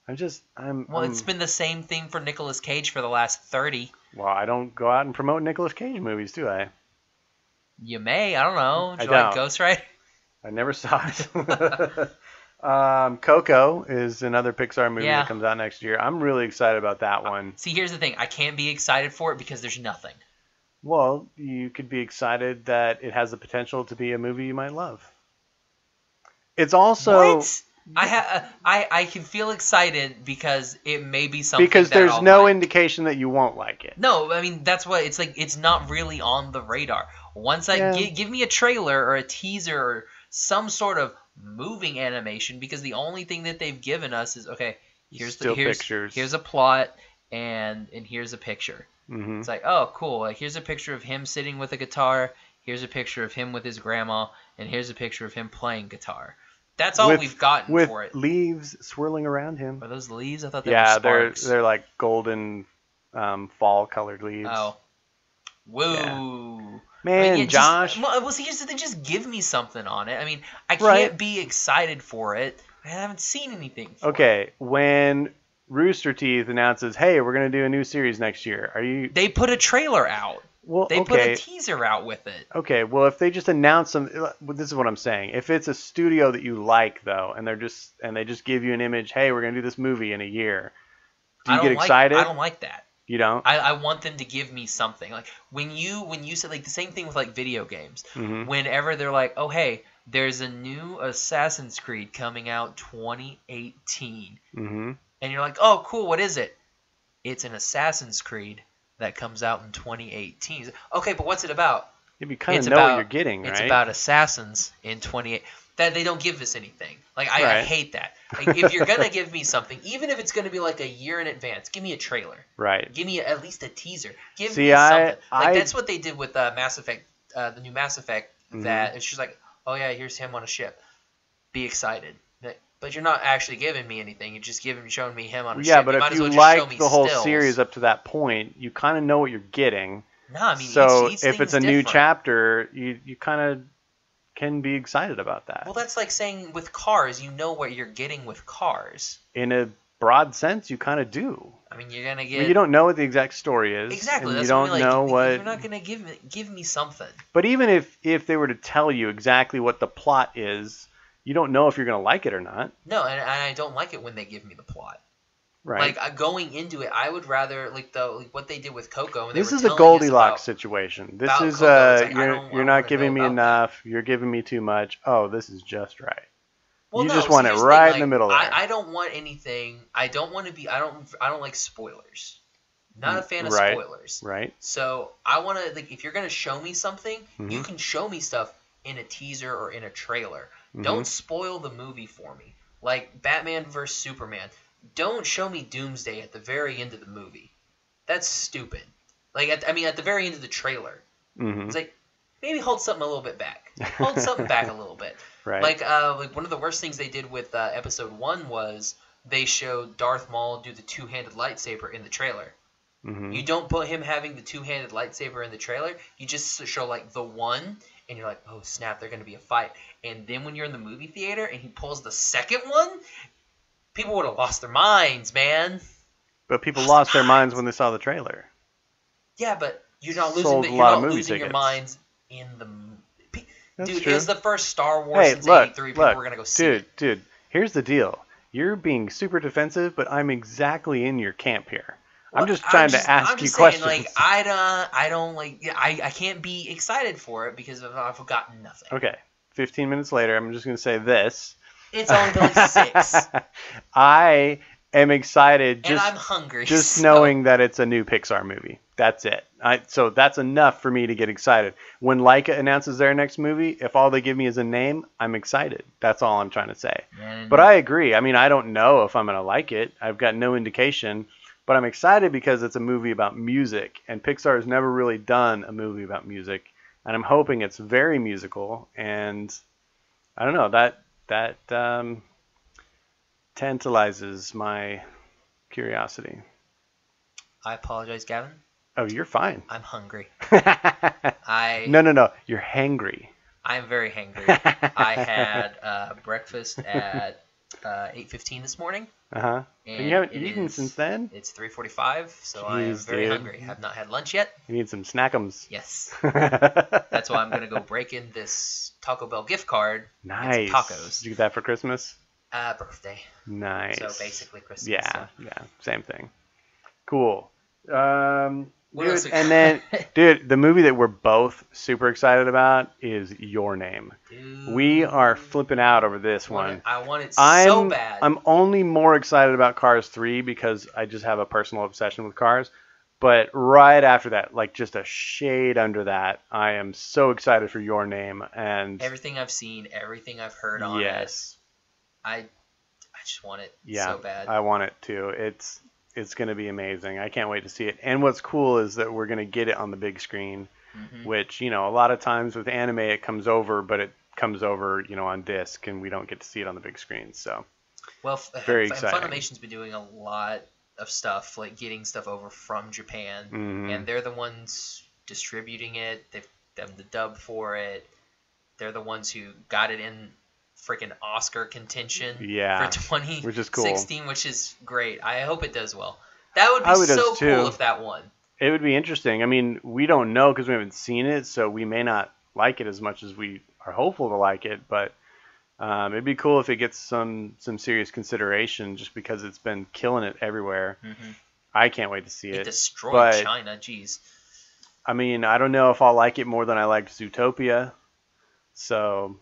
B: I'm just I'm
A: Well,
B: I'm-
A: it's been the same thing for Nicolas Cage for the last thirty.
B: well. I don't go out and promote Nicolas Cage movies, do I?
A: You may, I don't know.
B: I
A: Do you like
B: don't.
A: Ghost Rider?
B: I never saw it. um, Coco is another Pixar movie
A: Yeah. Uh,
B: that comes out next year. I'm really excited about that one.
A: See, here's the thing. I can't be excited for it because there's nothing.
B: Well, you could be excited that it has the potential to be a movie you might love. It's also
A: what? I ha- I I can feel excited because it may be something.
B: because
A: that
B: there's
A: I'll
B: no
A: like.
B: indication that you won't like it.
A: No, I mean that's what it's like. It's not really on the radar. Once I
B: Yeah.
A: gi- give me a trailer or a teaser or some sort of moving animation, because the only thing that they've given us is okay. Here's
B: Still
A: the here's,
B: pictures.
A: Here's a plot and and here's a picture.
B: Mm-hmm.
A: It's like oh cool. Like here's a picture of him sitting with a guitar. Here's a picture of him with his grandma, and here's a picture of him playing guitar. That's all
B: With-
A: we've gotten
B: with
A: for it.
B: leaves swirling around him.
A: Are those leaves? I thought they
B: yeah,
A: were
B: they're
A: sparks.
B: they're like golden um, fall colored leaves.
A: Oh. Woo.
B: Yeah.
A: But
B: Man,
A: yeah, just-
B: Josh.
A: well, well, see, here's the thing. Just give me something on it. I mean, I can't
B: Right.
A: be excited for it. I haven't seen anything. For it.
B: okay, when Rooster Teeth announces, "Hey, we're gonna do a new series next year," are you?
A: They put a trailer out.
B: Well,
A: They put
B: okay,
A: a teaser out with it.
B: okay. Well, if they just announce some, well, this is what I'm saying. If it's a studio that you like, though, and they're just and they just give you an image, "Hey, we're gonna do this movie in a year," do
A: I
B: you
A: don't
B: get
A: like,
B: excited?
A: I don't like that.
B: You don't.
A: I, I want them to give me something. Like when you when you said like the same thing with like video games.
B: Mhm.
A: Whenever they're like, oh hey, there's a new Assassin's Creed coming out 2018.
B: mm-hmm.
A: and you're like, oh, cool, what is it? It's an Assassin's Creed that comes out in 2018. Okay, but what's it about?
B: You kind of
A: it's
B: know
A: about
B: what you're getting,
A: It's
B: right?
A: about assassins in 28. That they don't give us anything. Like I, I
B: Right.
A: hate that. Like if you're gonna give me something, even if it's gonna be like a year in advance, give me a trailer.
B: right.
A: Give me at least a teaser. Give
B: See,
A: me
B: I-
A: something. like
B: I-
A: that's what they did with uh, Mass Effect, uh, the new Mass Effect.
B: Mhm.
A: That it's just like, oh yeah, here's him on a ship. Be excited. Like, But you're not actually giving me anything. You're just giving, showing me him on a ship.
B: Yeah, but
A: might
B: if
A: as
B: you
A: well just show me
B: like the whole
A: stills.
B: series up to that point, you kind of know what you're getting.
A: no, I mean,
B: so
A: each, each
B: if it's
A: thing's
B: a new
A: different.
B: chapter, you you kind of can be excited about that
A: well, that's like saying with cars, you know what you're getting with cars.
B: in a broad sense, you kind of do.
A: I mean, you're gonna
B: I
A: get
B: mean, you don't know what the exact story is.
A: exactly.
B: and
A: That's
B: you don't
A: what I mean, like,
B: know
A: you-
B: what.
A: you're not gonna give me give me something.
B: But even if if they were to tell you exactly what the plot is, you don't know if you're going to like it or not,
A: No, and, and I don't like it when they give me the plot.
B: right?
A: Like uh, going into it, I would rather like the like what they did with Coco. And they
B: this
A: were
B: is a
A: telling us
B: Goldilocks
A: about-
B: situation. This
A: about
B: is
A: Coco,
B: uh,
A: it's like, I
B: you're
A: don't- I
B: you're
A: wanna
B: not
A: know
B: giving me
A: about that.
B: enough. You're giving me too much. Oh, this is just right.
A: Well,
B: You
A: no,
B: just
A: so
B: want it
A: here's the
B: right
A: thing,
B: in the middle
A: like,
B: there.
A: I, I don't want anything. I don't want to be. I don't. I don't like spoilers. Not a fan of
B: Mm, right.
A: spoilers.
B: Right?
A: So I want to like if you're gonna show me something, you
B: Mhm.
A: can show me stuff in a teaser or in a trailer. Don't spoil the movie for me. Like Batman vs Superman. Don't show me Doomsday at the very end of the movie. That's stupid. Like at, I mean, at the very end of the trailer,
B: hmm
A: it's like maybe hold something a little bit back. Hold something back a little bit.
B: Right.
A: Like, uh, like one of the worst things they did with uh, episode one was they showed Darth Maul do the two-handed lightsaber in the trailer.
B: hmm
A: You don't put him having the two-handed lightsaber in the trailer. You just show like the one, and you're like, oh snap, they're gonna be a fight. And then when you're in the movie theater and he pulls the second one, people would have lost their minds, man.
B: But people lost their minds when they saw the trailer.
A: Yeah, but you're not losing.
B: Sold
A: The,
B: a
A: you're
B: lot of
A: not
B: movie
A: losing your
B: tickets.
A: minds in the. m- pe-
B: That's
A: Dude,
B: true.
A: it was the first Star Wars
B: Hey,
A: since
B: look,
A: '83. People
B: look,
A: were gonna go see
B: dude,
A: it.
B: dude. Here's the deal. You're being super defensive, but I'm exactly in your camp here. I'm
A: Well,
B: just trying
A: just-
B: to ask
A: I'm
B: you
A: just saying,
B: questions.
A: Like I don't, I don't like. yeah, I, I can't be excited for it because I've, I've gotten nothing.
B: okay, 15 minutes later, I'm just going to say this.
A: It's only been like six,
B: I am excited
A: and I'm
B: just
A: hungry.
B: just
A: so-
B: knowing that it's a new Pixar movie. That's it. I, so that's enough for me to get excited. When Leica announces their next movie, if all they give me is a name, I'm excited. That's all I'm trying to say.
A: Mm-hmm.
C: And
B: But I agree. I mean, I don't know if I'm going to like it. I've got no indication, but I'm excited because it's a movie about music, and Pixar has never really done a movie about music, and I'm hoping it's very musical. And I don't know that that um, tantalizes my curiosity.
A: I apologize, Gavin.
B: Oh, you're fine.
A: I'm hungry.
B: no,
A: I
B: no, no. You're hangry.
A: I'm very hungry. I had uh, breakfast at uh, 8:15 this morning.
B: Uh huh. And you haven't
A: it
B: eaten
A: is-
B: since then.
A: It's 3:45, so I am
B: Jeez,
A: very
B: dude.
A: hungry. Have not had lunch yet.
B: You need some snackums.
A: Yes.
B: That's
A: That's why I'm gonna go break in this Taco Bell gift card.
B: Nice.
A: tacos.
B: Did you get that for Christmas?
A: Uh, birthday.
B: Nice.
A: So basically Christmas.
B: Yeah,
A: so.
B: yeah, same thing. Cool. Um,
A: What
B: dude,
A: else we
B: and then,
A: got?
B: dude, the movie that we're both super excited about is Your Name.
A: Dude,
B: We are flipping out over this
A: I want
B: one.
A: it- I want it
B: I'm
A: so bad.
B: I'm only more excited about Cars 3 because I just have a personal obsession with cars. But right after that, like just a shade under that, I am so excited for Your Name and
A: everything I've seen, everything I've heard on it,
B: yes,
A: I, I just want it
B: Yeah,
A: so bad.
B: I want it too. It's it's going to be amazing. I can't wait to see it. And what's cool is that we're going to get it on the big screen,
A: Mhm.
B: which you know a lot of times with anime it comes over, but it comes over you know on disc, and we don't get to see it on the big screen. So
A: Well, f-
B: Very
A: Fun-
B: exciting.
A: Funimation's been doing a lot of stuff, like getting stuff over from Japan,
B: Mhm.
A: and they're the ones distributing it. They've done the dub for it. They're the ones who got it in freaking Oscar contention
B: Yeah,
A: for 2016,
B: which is cool.
A: which is great. I hope it does well. That would be
B: I would
A: so cool
B: does too.
A: if that won.
B: it would be interesting. I mean, we don't know because we haven't seen it, so we may not like it as much as we are hopeful to like it, but. Um, it'd be cool if it gets some some serious consideration, just because it's been killing it everywhere. I can't wait to see
A: It
B: Mm-hmm. it.
A: destroyed
B: but-
A: China. Jeez.
B: I mean, I don't know if I'll like it more than I liked Zootopia. So,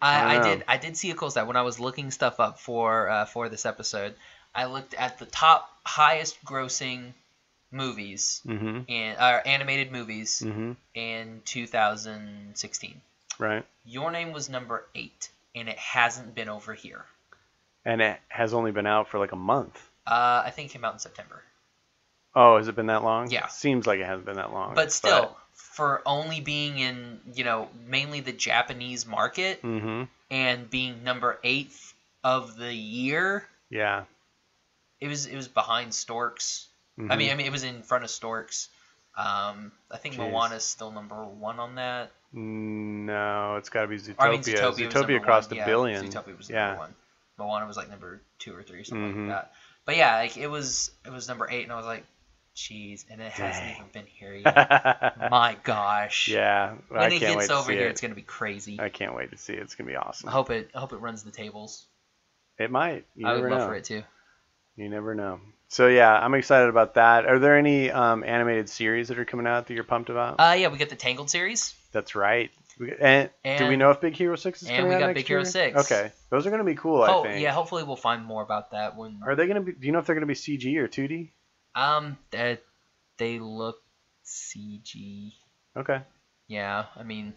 A: I,
B: I
A: I
B: know.
A: did. I did see a cool stat when I was looking stuff up for uh, for this episode. I looked at the top highest grossing movies
B: hmm
A: and uh, animated movies
B: hmm
A: in 2016.
B: right.
A: Your Name was number eight, and it hasn't been over here.
B: And it has only been out for like a month.
A: Uh, I think it came out in September,
B: Oh, has it been that long?
A: Yeah.
B: Seems like it hasn't been that long.
A: but still, for only being in you know mainly the Japanese market
B: hmm
A: and being number eight of the year,
B: Yeah.
A: it was it was behind Storks. I
B: Mhm.
A: mean, I mean, it was in front of Storks. Um, I think
B: Jeez.
A: Moana's still number one on that.
B: No, it's got to be Zootopia.
A: Or, I mean, Zootopia, was number
B: crossed
A: one.
B: a
A: yeah,
B: billion.
A: Zootopia was
B: yeah.
A: number one. Moana was like number two or three, something
B: Mhm.
A: like that. But yeah, like it was it was number eight, and I was like, "Jeez!" And it hasn't
B: Dang.
A: even been here yet. My gosh.
B: yeah,
A: When
B: I
A: it
B: can't wait
A: gets
B: to
A: over
B: see
A: here,
B: it.
A: it's gonna be crazy.
B: I can't wait to see it. It's gonna be awesome.
A: I hope it I hope it runs the tables.
B: It might. You
A: I
B: never
A: would love
B: know.
A: for it too.
B: You never know. So yeah, I'm excited about that. Are there any um, animated series that are coming out that you're pumped about?
A: Uh, yeah, we got the Tangled series.
B: That's right. We, and, do we
A: and-
B: know if Big Hero Six is
A: and
B: coming
A: we
B: out
A: got
B: next
A: Big Hero
B: year?
A: 6.
B: Okay, those are gonna be cool.
A: oh
B: I think.
A: yeah, hopefully we'll find more about that when
B: Are they gonna be? Do you know if they're gonna be CG or 2D?
A: um that they look CG.
B: Okay.
A: Yeah, I mean,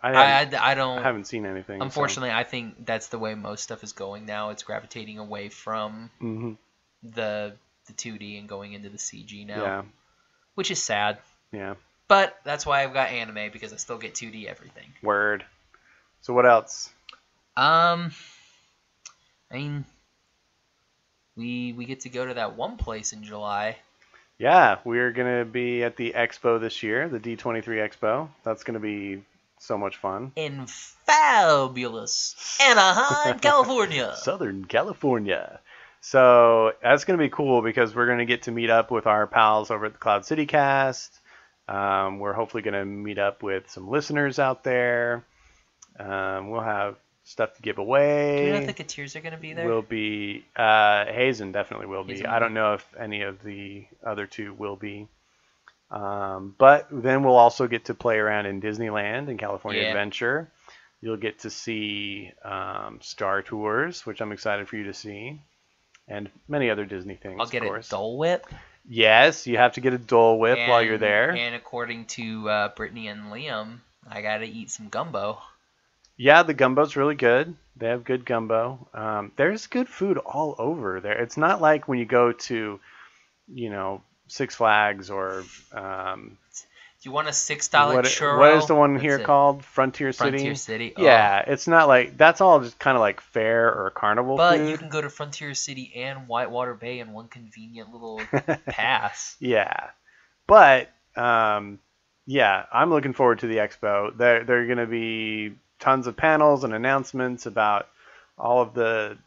B: I haven't,
A: I, I, I
B: I
A: don't.
B: haven't seen anything. so-
A: unfortunately, I think that's the way most stuff is going now. It's gravitating away from
B: Mhm.
A: the the 2D and going into the CG now,
B: Yeah.
A: which is sad.
B: Yeah.
A: But that's why I've got anime because I still get 2D everything.
B: Word. So what else?
A: Um, I mean, we we get to go to that one place in July.
B: Yeah, we're gonna be at the expo this year, the D23 Expo. That's gonna be so much fun.
A: in fabulous Anaheim, California.
B: Southern California. So that's going to be cool because we're going to get to meet up with our pals over at the Cloud City Cast. Um, we're hopefully going to meet up with some listeners out there. Um, we'll have stuff to give
A: Do you know if the
B: away.
A: Kateers are going to be there?
B: Will be uh, Hazen definitely will be.
A: Hazen
B: I
A: will
B: don't know if any of the other two will be. Um, but then we'll also get to play around in Disneyland and California
A: Yeah.
B: Adventure. You'll get to see um, Star Tours, which I'm excited for you to see, and many other Disney things.
A: I'll get
B: of
A: a
B: course.
A: Dole Whip.
B: Yes, you have to get a Dole Whip while you're
A: and-
B: there.
A: And according to uh, Brittany and Liam, I got to eat some gumbo.
B: Yeah, the gumbo's really good. They have good gumbo. Um, there's good food all over there. It's not like when you go to, you know, Six Flags or um,
A: Do you want a $6
B: what,
A: churro?
B: what is the one here
A: That's it.
B: called? Frontier City.
A: Frontier City. Oh.
B: Yeah, it's not like that's all just kind of like fair or carnival
A: But
B: food.
A: you can go to Frontier City and Whitewater Bay in one convenient little pass.
B: Yeah, but um, yeah, I'm looking forward to the expo. There, there are going to be tons of panels and announcements about all of the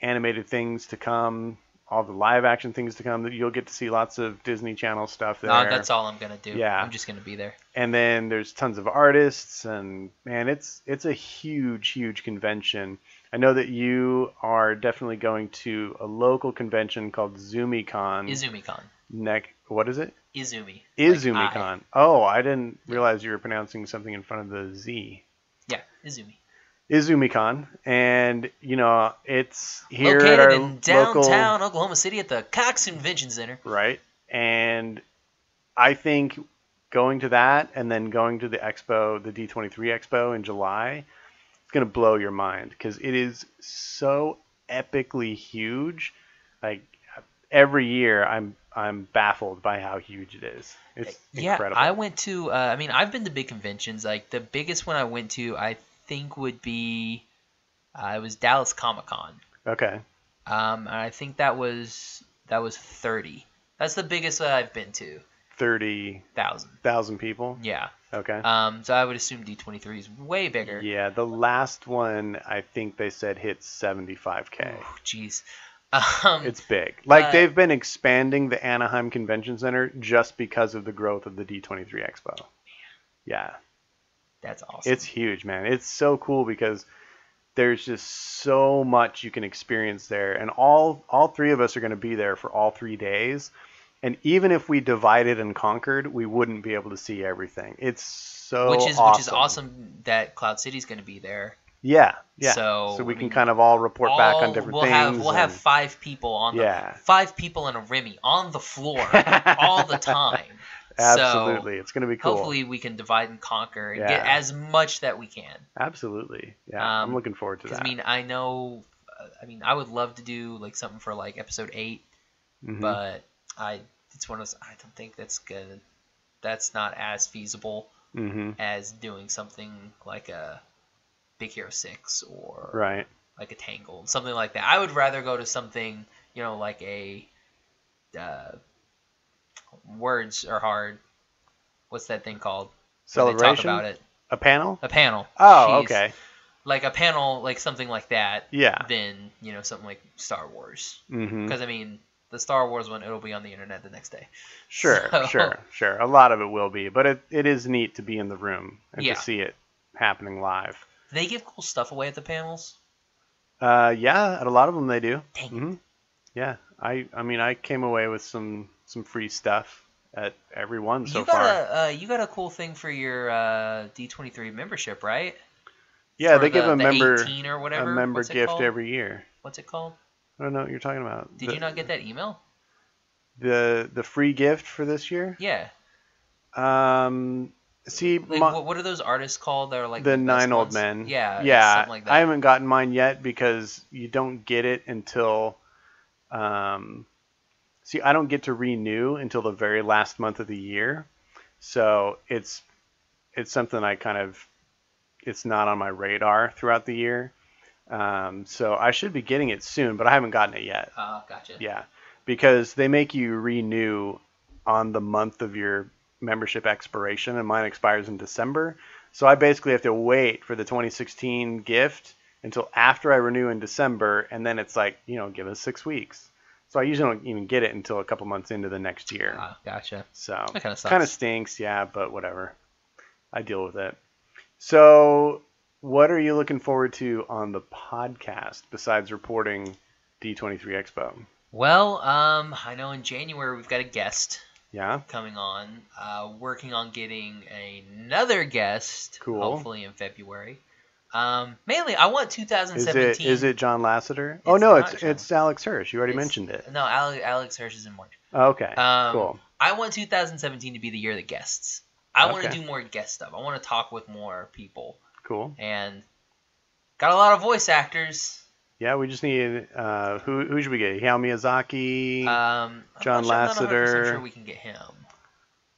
B: animated things to come, all the live action things to come. That you'll get to see lots of Disney Channel stuff there.
A: No, Ah, Uh, that's all I'm going to do.
B: Yeah.
A: I'm just going to be there.
B: And then there's tons of artists, and man, it's it's a huge, huge convention. I know that you are definitely going to a local convention called ZumiCon.
A: Izumi-con.
B: neck, what is it?
A: Izumi.
B: Is
A: Like I.
B: Umicon. Oh, I didn't realize you were pronouncing something in front of the Z.
A: Yeah, Izumi.
B: Is Umicon, and you know it's here at our
A: Located in downtown
B: local
A: Oklahoma City at the Cox Convention Center.
B: right, and I think going to that and then going to the expo, the D23 Expo in July, it's gonna blow your mind because it is so epically huge. Like every year, I'm I'm baffled by how huge it is. It's
A: Yeah,
B: incredible.
A: I went to. Uh, I mean, I've been to big conventions. Like the biggest one I went to, I think would be, uh, it was Dallas Comic Con.
B: okay.
A: Um, and I think that was that was thirty. That's the biggest that I've been to.
B: Thirty
A: Thousand.
B: thousand people.
A: Yeah.
B: Okay.
A: Um, so I would assume D twenty three is way bigger.
B: yeah, the last one I think they said hit 75k.
A: Oh, Jeez. Um,
B: It's big. Like
A: Uh,
B: they've been expanding the Anaheim Convention Center just because of the growth of the D23 Expo. Yeah,
A: that's awesome.
B: it's huge, man. It's so cool because there's just so much you can experience there and all all three of us are going to be there for all 3 days. And even if we divided and conquered, we wouldn't be able to see everything. It's so
A: which is which is awesome that Cloud City's going to be there.
B: Yeah, yeah.
A: So,
B: we
A: I
B: can
A: mean,
B: kind of all report back on
A: all-
B: different
A: Oh, we'll
B: things.
A: Have, we'll have
B: and-
A: five people on
B: Yeah.
A: the five people in a Remy on the floor all the time.
B: absolutely.
A: So
B: it's going to be cool.
A: hopefully we can divide and conquer and get
B: Yeah.
A: as much that we can.
B: absolutely. Yeah, I'm
A: um,
B: looking forward to
A: Because
B: that.
A: I mean, I know, uh, I mean, I would love to do like something for like episode 8
B: Mhm.
A: but I it's one of those, I don't think that's good. That's not as feasible
B: Mhm.
A: as doing something like a Big Hero Six or
B: right.
A: like a Tangled, something like that. I would rather go to something, you know, like a uh, words are hard. What's that thing called? Where they
B: Celebration.
A: Talk about it.
B: A panel.
A: A panel.
B: Oh,
A: Jeez.
B: okay.
A: like a panel like something like that
B: Yeah.
A: than you know something like Star Wars.
B: hmm
A: Because I mean, the Star Wars one it'll be on the internet the next day.
B: Sure,
A: So-
B: sure, sure. A lot of it will be, but it, it is neat to be in the room and
A: Yeah.
B: to see it happening live.
A: They give cool stuff away at the panels.
B: Uh, yeah, at a lot of them they do.
A: Dang it.
B: Mhm. Yeah, I I mean I came away with some some free stuff at every one so
A: you got
B: far.
A: a uh, you got a cool thing for your uh, D23 membership, right?
B: yeah,
A: For
B: they
A: the-
B: give a
A: the
B: member
A: 18 or
B: a
A: whatever.
B: member
A: What's it
B: gift
A: called?
B: every year.
A: What's it called?
B: I don't know what you're talking about.
A: Did
B: the,
A: you not get that email?
B: the the free gift for this year?
A: Yeah.
B: Um, see,
A: Like,
B: my-
A: what, what are those artists called? That are like
B: the
A: best
B: nine old
A: ones?
B: men.
A: Yeah.
B: yeah.
A: Something like that.
B: I haven't gotten mine yet because you don't get it until, um, see, I don't get to renew until the very last month of the year, so it's it's something I kind of it's not on my radar throughout the year. Um, so I should be getting it soon, but I haven't gotten it yet.
A: Uh, gotcha.
B: Yeah, because they make you renew on the month of your membership expiration, and mine expires in December. So I basically have to wait for the 2016 gift until after I renew in December, and then it's like, you know, give us six weeks. So I usually don't even get it until a couple months into the next year.
A: Ah, gotcha.
B: So
A: That kinda sucks.
B: kind of stinks, yeah, but whatever. I deal with it. So, what are you looking forward to on the podcast besides reporting D23 Expo?
A: Well, um, I know in January we've got a guest
B: Yeah.
A: coming on. Uh, working on getting another guest.
B: Cool.
A: Hopefully in February. Um, mainly, I want
B: Is
A: 2017.
B: it is it John Lasseter? oh
A: It's
B: no,
A: not
B: it's
A: John.
B: it's Alex Hirsch. You already
A: It's-
B: mentioned it.
A: No, Alex, Alex Hirsch is in March.
B: Oh, okay.
A: Um,
B: cool.
A: I want 2017 to be the year of the guests. I want to
B: Okay.
A: do more guest stuff. I want to talk with more people.
B: Cool.
A: And got a lot of voice actors.
B: Yeah, we just need uh who who should we get? Hayao Miyazaki.
A: Um, I'm not
B: John
A: sure- I'm not 100%
B: Lasseter.
A: sure we can get him.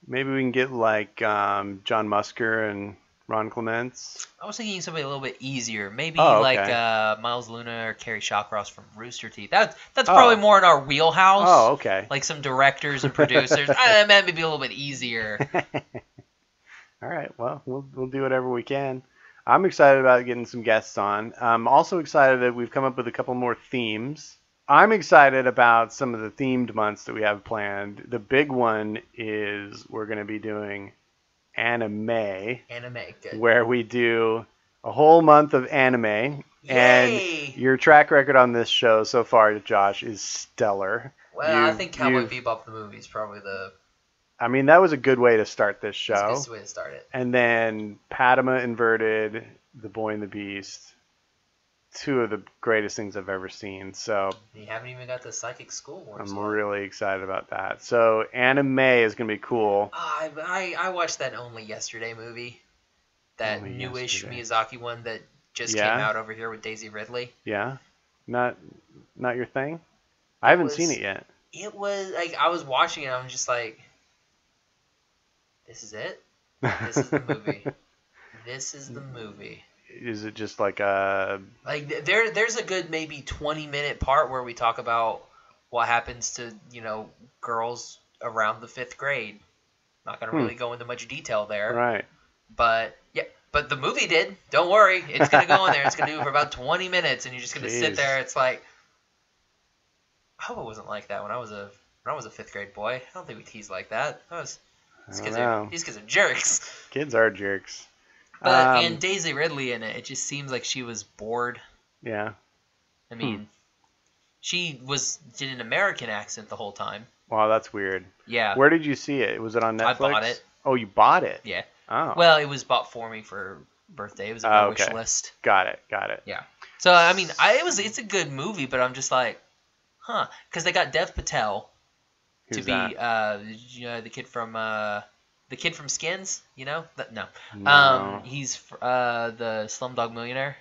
B: Maybe we can get like um John Musker and Ron Clements.
A: I was thinking somebody a little bit easier. Maybe
B: Oh, okay.
A: like uh, Miles Luna or Carrie Shawcross from Rooster Teeth. That, that's
B: Oh.
A: probably more in our wheelhouse.
B: Oh, okay.
A: Like some directors and producers. I, that may be a little bit easier.
B: All right. Well, we'll we'll do whatever we can. I'm excited about getting some guests on. I'm also excited that we've come up with a couple more themes. I'm excited about some of the themed months that we have planned. The big one is we're going to be doing anime,
A: Anime. Good.
B: where we do a whole month of anime.
A: Yay!
B: And your track record on this show so far, Josh, is stellar.
A: Well, I
B: you-
A: think Cowboy
B: you-
A: Bebop the movie is probably the
B: I mean, that was a good way to start this show.
A: best way to start it.
B: and then Padma inverted, The Boy and the Beast, two of the greatest things I've ever seen. So
A: You haven't even got the psychic school wars.
B: I'm
A: yet.
B: really excited about that. So anime is gonna be cool.
A: Ah, I, I I watched that only yesterday movie, that
B: Only
A: newish
B: Yesterday.
A: Miyazaki one that just
B: Yeah.
A: came out over here with Daisy Ridley.
B: Yeah, not not your thing. I haven't
A: was-
B: seen it yet.
A: It was like I was watching it. I was just like, this is it. This is the movie. this is the movie.
B: Is it just like uh, a
A: Like th- there there's a good maybe 20 minute part where we talk about what happens to you know girls around the fifth grade. Not gonna
B: Hmm.
A: really go into much detail there.
B: right?
A: But yeah, but the movie did. Don't worry, it's gonna go in there. It's gonna do it for about 20 minutes, and you're just gonna
B: Jeez.
A: sit there. It's like, I hope it wasn't like that when I was a when I was a fifth grade boy. I don't think we teased like that. That was
B: I
A: these
B: don't
A: kids are
B: know.
A: these kids are jerks.
B: Kids are jerks.
A: But
B: Um,
A: and Daisy Ridley in it, it just seems like she was bored.
B: Yeah.
A: I
B: hmm.
A: mean, she was did an American accent the whole time.
B: Wow, that's weird.
A: Yeah,
B: Where did you see it? Was it on
A: I
B: Netflix?
A: bought it.
B: Oh, you bought it.
A: yeah.
B: Oh,
A: Well, it was bought for me for birthday. It was on my
B: Oh,
A: wish
B: okay.
A: list.
B: got it, got it.
A: Yeah. So I mean, I it was it's a good movie, but I'm just like, huh? Because they got Dev Patel
B: Who's
A: to be
B: that?
A: uh you know, the kid from uh the kid from Skins, you know? Th- no.
B: No,
A: Um, he's fr- uh the Slumdog Millionaire.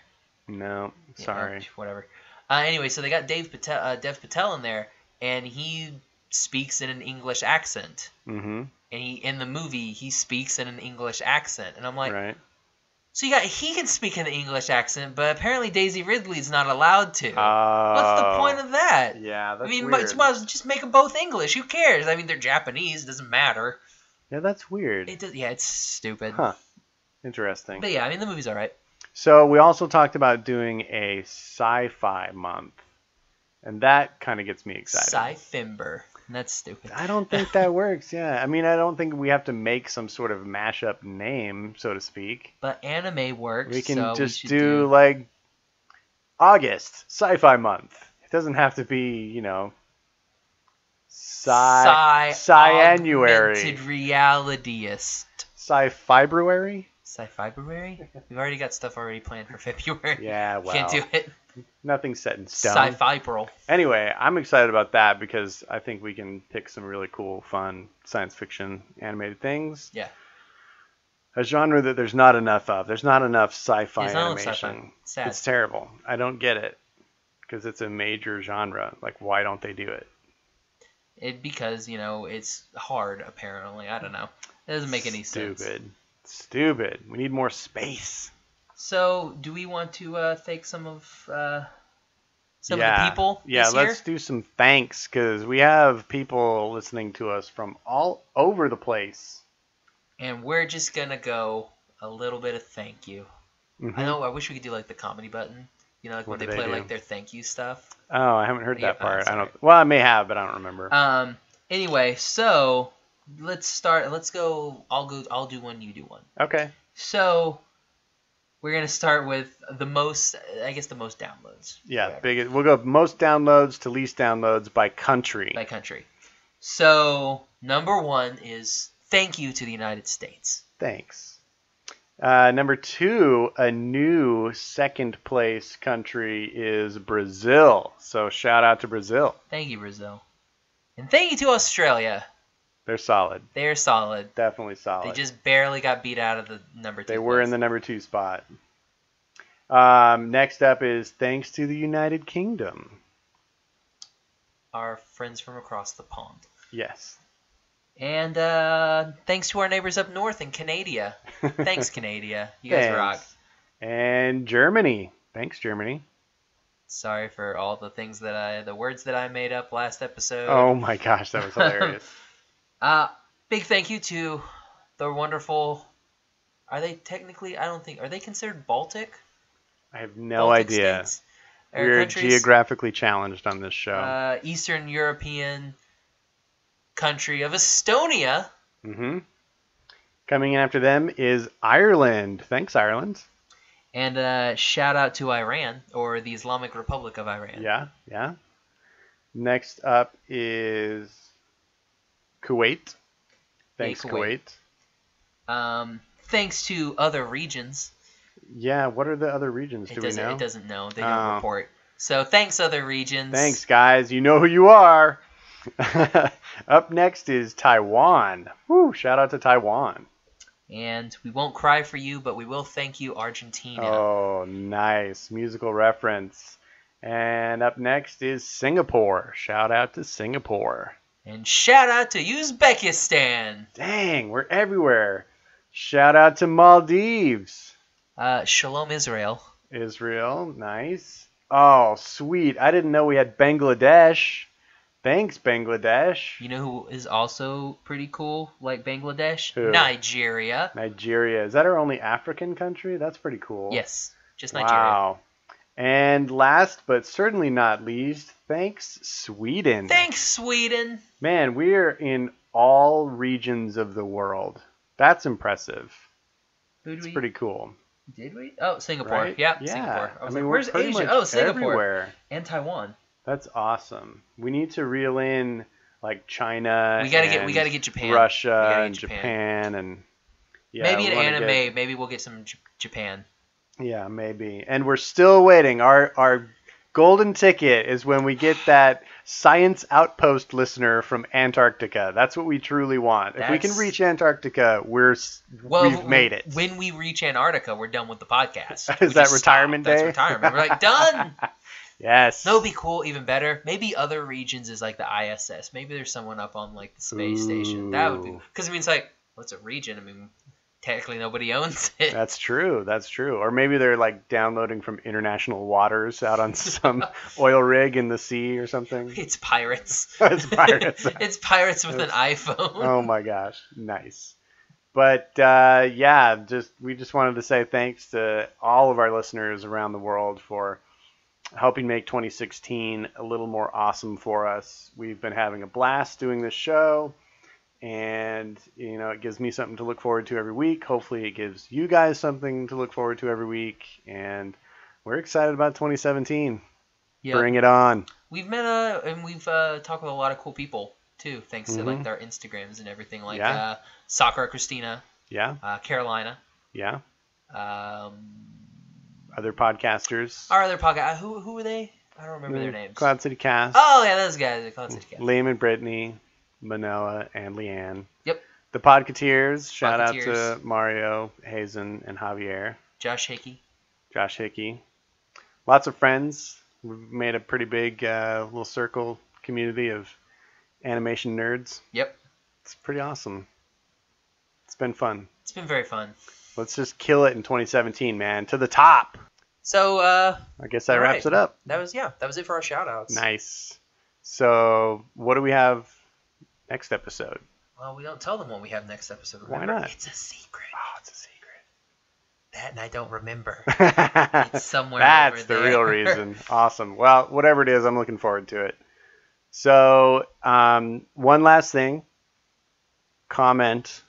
B: no,
A: Yeah,
B: sorry.
A: whatever. Uh, anyway, so they got Dave Patel, uh, Dev Patel in there, and he speaks in an English accent.
B: Mm-hmm.
A: And he in the movie he speaks in an English accent, and I'm like,
B: right.
A: so you got he can speak in the English accent, but apparently Daisy Ridley's not allowed to.
B: Oh,
A: What's the point of that?
B: Yeah,
A: I
B: Uh, that's
A: mean,
B: weird.
A: might as well just make them both English. Who cares? I mean, they're Japanese. Doesn't matter.
B: Yeah, that's weird.
A: It does, yeah, it's stupid.
B: Huh. Interesting.
A: But yeah, I mean, the movie's all right.
B: So we also talked about doing a sci-fi month, and that kind of gets me excited.
A: Cyfimber. That's stupid.
B: I don't think that works. Yeah, I mean, I don't think we have to make some sort of mashup name, so to speak.
A: But anime works.
B: We can
A: so
B: just
A: should
B: do, like August Sci-Fi Month. It doesn't have to be, you know, sci
A: Augmented
B: sci-annuary,
A: realityist.
B: sci-february.
A: Sci-February? We've already got stuff already planned for February.
B: Yeah, well,
A: Can't do it.
B: nothing's set in stone.
A: Sci-Fibril.
B: Anyway, I'm excited about that because I think we can pick some really cool, fun science fiction animated things.
A: Yeah.
B: A genre that there's not enough of. There's not enough sci-fi
A: There's not enough
B: animation.
A: sci-fi. Sad.
B: It's terrible. I don't get it because it's a major genre. Like, why don't they do it?
A: It because you know it's hard. Apparently, I don't know. It doesn't make any
B: Stupid.
A: sense.
B: Stupid. We need more space.
A: So, do we want to uh, thank some of uh, some of
B: Yeah.
A: the people
B: Yeah,
A: this
B: let's
A: year?
B: do some thanks because we have people listening to us from all over the place.
A: And we're just gonna go a little bit of thank you.
B: Mhm.
A: I know. I wish we could do like the comedy button. You know, like when
B: What
A: they
B: do they
A: play
B: do?
A: like their thank you stuff.
B: Oh, I haven't heard
A: Yeah,
B: that part.
A: that's
B: I
A: all
B: don't.
A: right.
B: Well, I may have, but I don't remember.
A: Um. Anyway, so let's start. Let's go. I'll go. I'll do one. You do one.
B: okay.
A: So we're gonna start with the most. I guess the most downloads.
B: Yeah,
A: Whatever.
B: biggest. We'll go most downloads to least downloads by country.
A: by country. So number one is thank you to the United States.
B: Thanks. Uh, number two, a new second place country is Brazil. So shout out to Brazil.
A: Thank you, Brazil, and thank you to Australia.
B: They're solid.
A: They're solid.
B: Definitely solid.
A: They just barely got beat out of the number two.
B: They were in the
A: place.
B: number two spot. Um, next up is thanks to the United Kingdom.
A: our friends from across the pond.
B: Yes.
A: And uh, thanks to our neighbors up north in Canada. Thanks, Canada. You guys
B: Thanks.
A: rock.
B: And Germany. Thanks, Germany.
A: Sorry for all the things that I, the words that I made up last episode.
B: Oh my gosh, that was hilarious.
A: Uh, big thank you to the wonderful. Are they technically? I don't think. Are they considered Baltic?
B: I have no
A: Baltic
B: idea.
A: states? Or
B: We're
A: countries?
B: geographically challenged on this show.
A: Uh, Eastern European country of Estonia.
B: hmm Coming after them is Ireland. Thanks, Ireland.
A: And uh, shout out to Iran or the Islamic Republic of Iran.
B: Yeah, yeah. Next up is Kuwait. Thanks,
A: Kuwait.
B: Kuwait.
A: Um, thanks to other regions.
B: Yeah, what are the other regions?
A: It
B: Do we
A: doesn't.
B: know?
A: It doesn't know. They don't
B: Oh.
A: report. So thanks other regions.
B: Thanks, guys. You know who you are. up next is Taiwan. Woo, shout out to Taiwan.
A: And we won't cry for you, but we will thank you, Argentina.
B: Oh, nice. Musical reference. And up next is Singapore. Shout out to Singapore.
A: And shout out to Uzbekistan.
B: Dang, we're everywhere. Shout out to Maldives,
A: Uh, shalom, Israel.
B: Israel. Nice. Oh, sweet. I didn't know we had Bangladesh. Thanks, Bangladesh.
A: You know who is also pretty cool, like Bangladesh?
B: Who?
A: Nigeria.
B: Nigeria. Is that our only African country? That's pretty cool.
A: Yes, just Nigeria.
B: Wow. And last but certainly not least, thanks, Sweden.
A: Thanks, Sweden.
B: Man, we're in all regions of the world. That's impressive.
A: Who did
B: It's
A: we?
B: pretty cool.
A: Did we? Oh, Singapore.
B: Right?
A: Yep,
B: yeah.
A: Singapore. I
B: I
A: was like,
B: mean, we're
A: where's
B: pretty
A: Asia?
B: much
A: Oh, Singapore
B: everywhere.
A: and Taiwan.
B: That's awesome. We need to reel in like China.
A: We gotta get. We
B: and
A: gotta get Japan.
B: Russia
A: We gotta get
B: and Japan. and yeah,
A: maybe
B: we
A: an
B: wanna
A: anime.
B: get-
A: Maybe we'll get some J- Japan.
B: yeah, maybe. And we're still waiting. Our our golden ticket is when we get that science outpost listener from Antarctica. That's what we truly want. If we can
A: That's-
B: reach Antarctica, we're s-
A: Well,
B: we've made it.
A: When we reach Antarctica, we're done with the podcast.
B: Is
A: We
B: that
A: just stop.
B: retirement
A: That's
B: day?
A: retirement. We're like done.
B: yes.
A: No, it'd be cool, even better. Maybe other regions is like the ISS. Maybe there's someone up on like the space station. That would be
B: Ooh.
A: because I mean it's like what's a region? I mean, technically nobody owns it.
B: That's true. That's true. Or maybe they're like downloading from international waters out on some oil rig in the sea or something.
A: it's pirates.
B: It's pirates.
A: it's pirates with an iPhone.
B: oh my gosh. Oh Nice. But uh, yeah, just we just wanted to say thanks to all of our listeners around the world for helping make 2016 a little more awesome for us. We've been having a blast doing this show, and you know it gives me something to look forward to every week. Hopefully, it gives you guys something to look forward to every week, and we're excited about 2017.
C: Yeah.
B: Bring it on!
A: We've met uh, and we've uh, talked with a lot of cool people too, thanks to like their Instagrams and everything, like
B: Mm-hmm. Yeah.
A: uh, Sakura Christina,
B: Yeah,
A: uh, Carolina,
B: yeah.
A: um,
B: Other podcasters.
A: our other podcast. Who who were they? I don't remember their names.
B: Mm, Cloud Mm, City Cast.
A: Oh yeah, those guys. Cloud City Cast.
B: Liam and Brittany, Manoa and Leanne.
A: Yep.
B: The Podcateers. Shout out
A: Podcateers.
B: to Mario, Hazen, and Javier.
A: Josh Hickey.
B: Josh Hickey. Lots of friends. We've made a pretty big uh, little circle community of animation nerds.
A: Yep.
B: It's pretty awesome. It's been fun.
A: It's been very fun.
B: Let's just kill it in 2017, man. To the top.
A: So uh,
B: I guess that
A: All
B: wraps
A: right.
B: it up.
A: that was yeah, that was it for our shout outs.
B: Nice. So, what do we have next episode?
A: Well, we don't tell them what we have next episode.
B: Why
A: remember?
B: not?
A: It's a secret.
B: Oh, it's a secret.
A: That and I don't remember.
B: it's
A: somewhere
B: That's
A: over
B: the
A: there.
B: real reason. Awesome. Well, whatever it is, I'm looking forward to it. So, um, one last thing. Comment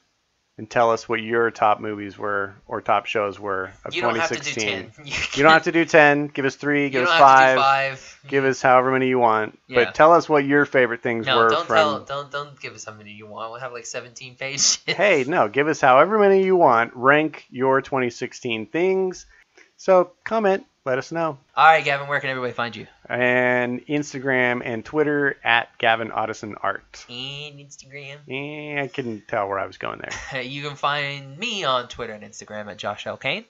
B: and tell us what your top movies were or top shows were of
A: you don't have to do
B: 2016.
A: ten. You,
B: You don't have to do 10. Give us three.
A: You
B: Give
A: don't
B: us
A: have to
B: five,
A: do five.
B: Give us however many you want.
A: Yeah.
B: But tell us what your favorite things
A: No,
B: were
A: don't
B: from.
A: tell. Don't don't give us how many you want. We'll have like seventeen pages.
B: hey, no, give us however many you want. Rank your 2016 things. So comment, let us know.
A: All right, Gavin. Where can everybody find you?
B: and Instagram and Twitter at Gavin Audison Art.
A: And Instagram.
B: Eh, I couldn't tell where I was going there.
A: You can find me on Twitter and Instagram at Josh L Kane.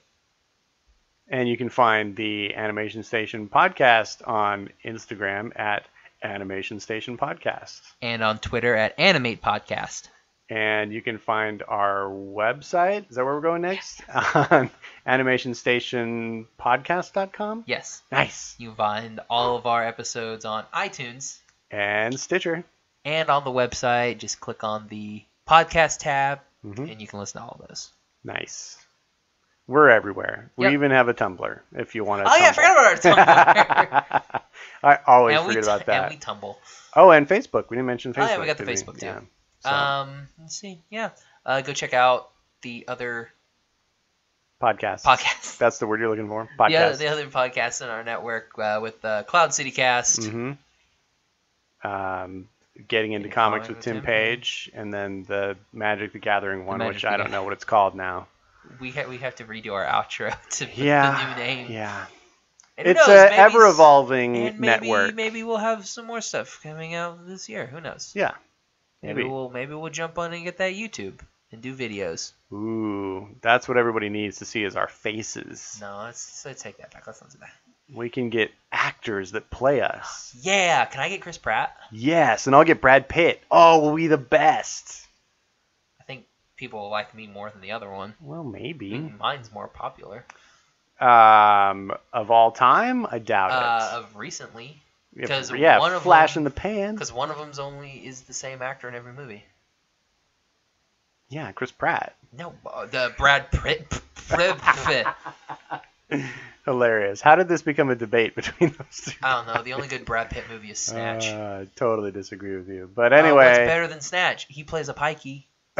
B: And you can find the Animation Station podcast on Instagram at Animation Station Podcast.
A: and on Twitter at Animate Podcast.
B: And you can find our website. Is that where we're going next? On animationstationpodcast.com.
A: Yes,
B: Nice.
A: you can find all of our episodes on iTunes
B: And Stitcher.
A: and on the website. Just click on the podcast tab,
B: Mhm.
A: and you can listen to all of those.
B: Nice. We're everywhere. We
A: Yep.
B: even have a Tumblr if you want to.
A: oh yeah, I forgot about our Tumblr.
B: I always
A: and we
B: forget
A: t-
B: about that.
A: And we tumble.
B: Oh, and Facebook. We didn't mention
A: Oh,
B: Facebook.
A: yeah, we got the
B: did we?
A: Facebook, too.
B: Yeah. So,
A: Um, let's see. Yeah, uh, go check out the other
B: podcast.
A: podcasts.
B: That's the word you're looking for.
A: The other,
B: Podcast.
A: the other podcasts in our network uh, with uh, Cloud City Cast.
B: mm-hmm. Um, getting into
A: Getting
B: comics
A: Comic
B: with Tim Page, and then the Magic the Gathering one,
A: Magic
B: which
A: the
B: I don't know what it's called now.
A: We ha- we have to redo our outro to
B: Mm-hmm. Yeah.
A: the new name.
B: Yeah.
A: And who knows,
B: It's an
A: maybe s-
B: ever evolving
A: and maybe
B: network.
A: maybe we'll have some more stuff coming out this year. Who knows?
B: Yeah.
A: Maybe,
B: Maybe.
A: we'll maybe we'll jump on and get that YouTube and do videos.
B: Ooh, that's what everybody needs to see is our faces.
A: No, let's, let's take that back. Let's not do that.
B: We can get actors that play us.
A: Yeah, can I get Chris Pratt?
B: Yes, and I'll get Brad Pitt. Oh, we'll be the best.
A: I think people will like me more than the other one.
B: Well, maybe.
A: Mine's more popular.
B: Um, of all time, I doubt
A: Uh,
B: it.
A: of recently,
B: If-
A: 'cause
B: yeah,
A: one of
B: Flash
A: them-
B: in the Pan.
A: because one of them's only is the same actor in every movie.
B: Yeah, Chris Pratt.
A: No, uh, the Brad Pitt. Brad Pitt.
B: Hilarious. How did this become a debate between those two?
A: I don't know. The only good Brad Pitt movie is Uh, Snatch. Uh,
B: Uh, I totally disagree with you. But
A: what's
B: anyway,
A: better than Snatch? He plays a pikey.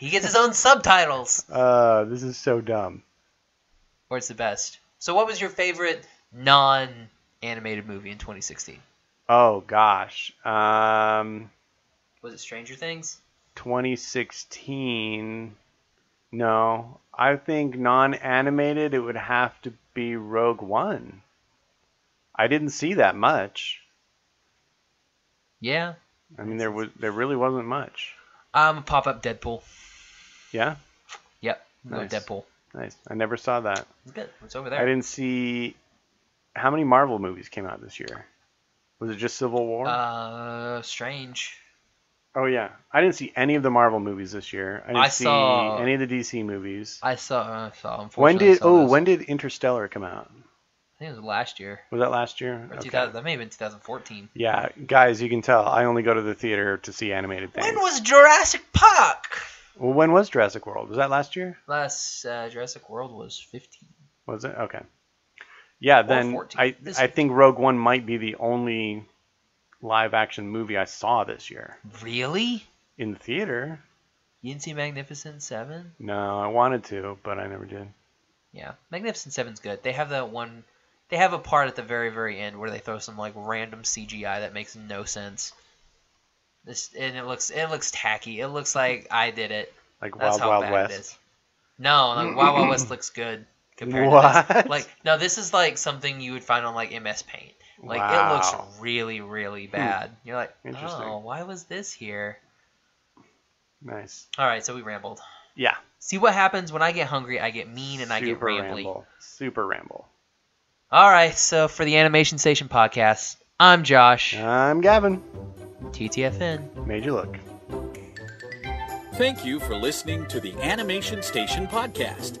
A: he gets his own subtitles.
B: uh, this is so dumb.
A: or it's the best. So, what was your favorite non-animated movie in 2016?
B: Oh gosh. Um,
A: Was it Stranger Things?
B: 2016. No, I think non-animated. It would have to be Rogue One. I didn't see that much.
A: Yeah.
B: I mean, there was there really wasn't much.
A: Um, pop up Deadpool.
B: Yeah,
A: Yep. No
B: Nice.
A: Deadpool.
B: nice. I never saw that.
A: It's good. It's over
B: I
A: there.
B: didn't see how many Marvel movies came out this year. Was it just Civil War?
A: Uh, Strange.
B: oh yeah, I didn't see any of the Marvel movies this year. I didn't
A: I
B: see
A: saw-
B: any of the DC movies.
A: I saw. I saw. Unfortunately,
B: When did
A: I saw
B: oh
A: those.
B: when did Interstellar come out?
A: I think it was last year.
B: Was that last year?
A: Or
B: Okay.
A: 2000, that may have been 2014.
B: Yeah, guys, you can tell I only go to the theater to see animated things.
D: When was Jurassic Park?
B: well, when was Jurassic World? Was that last year?
A: Last uh, Jurassic World was 15.
B: Was it? Okay. Yeah, then
A: 14.
B: I
A: This-
B: I think Rogue One might be the only live action movie I saw this year
A: Really?
B: in the theater.
A: You didn't see Magnificent Seven?
B: No, I wanted to, but I never did.
A: Yeah, Magnificent Seven's good. They have that one. They have a part at the very, very end where they throw some like random CGI that makes no sense. This and it looks it looks tacky. It looks like I did it.
B: Like
A: That's
B: Wild
A: how
B: Wild
A: bad it
B: West.
A: is. No, like, Wild Wild West looks good compared to
B: What?
A: this. Like no, this is like something you would find on like MS Paint. Like it
B: Wow. Hmm.
A: looks really, really bad. You're like,
B: Interesting.
A: oh, why was this here?
B: Nice.
A: All right, so we rambled.
B: Yeah.
A: See what happens when I get hungry. I get mean and I get
B: Super
A: rambly.
B: ramble. Super ramble.
A: All right, so for the Animation Station podcast, I'm Josh,
B: I'm Gavin.
A: TTFN.
B: Made you look.
E: Thank you for listening to the Animation Station Podcast.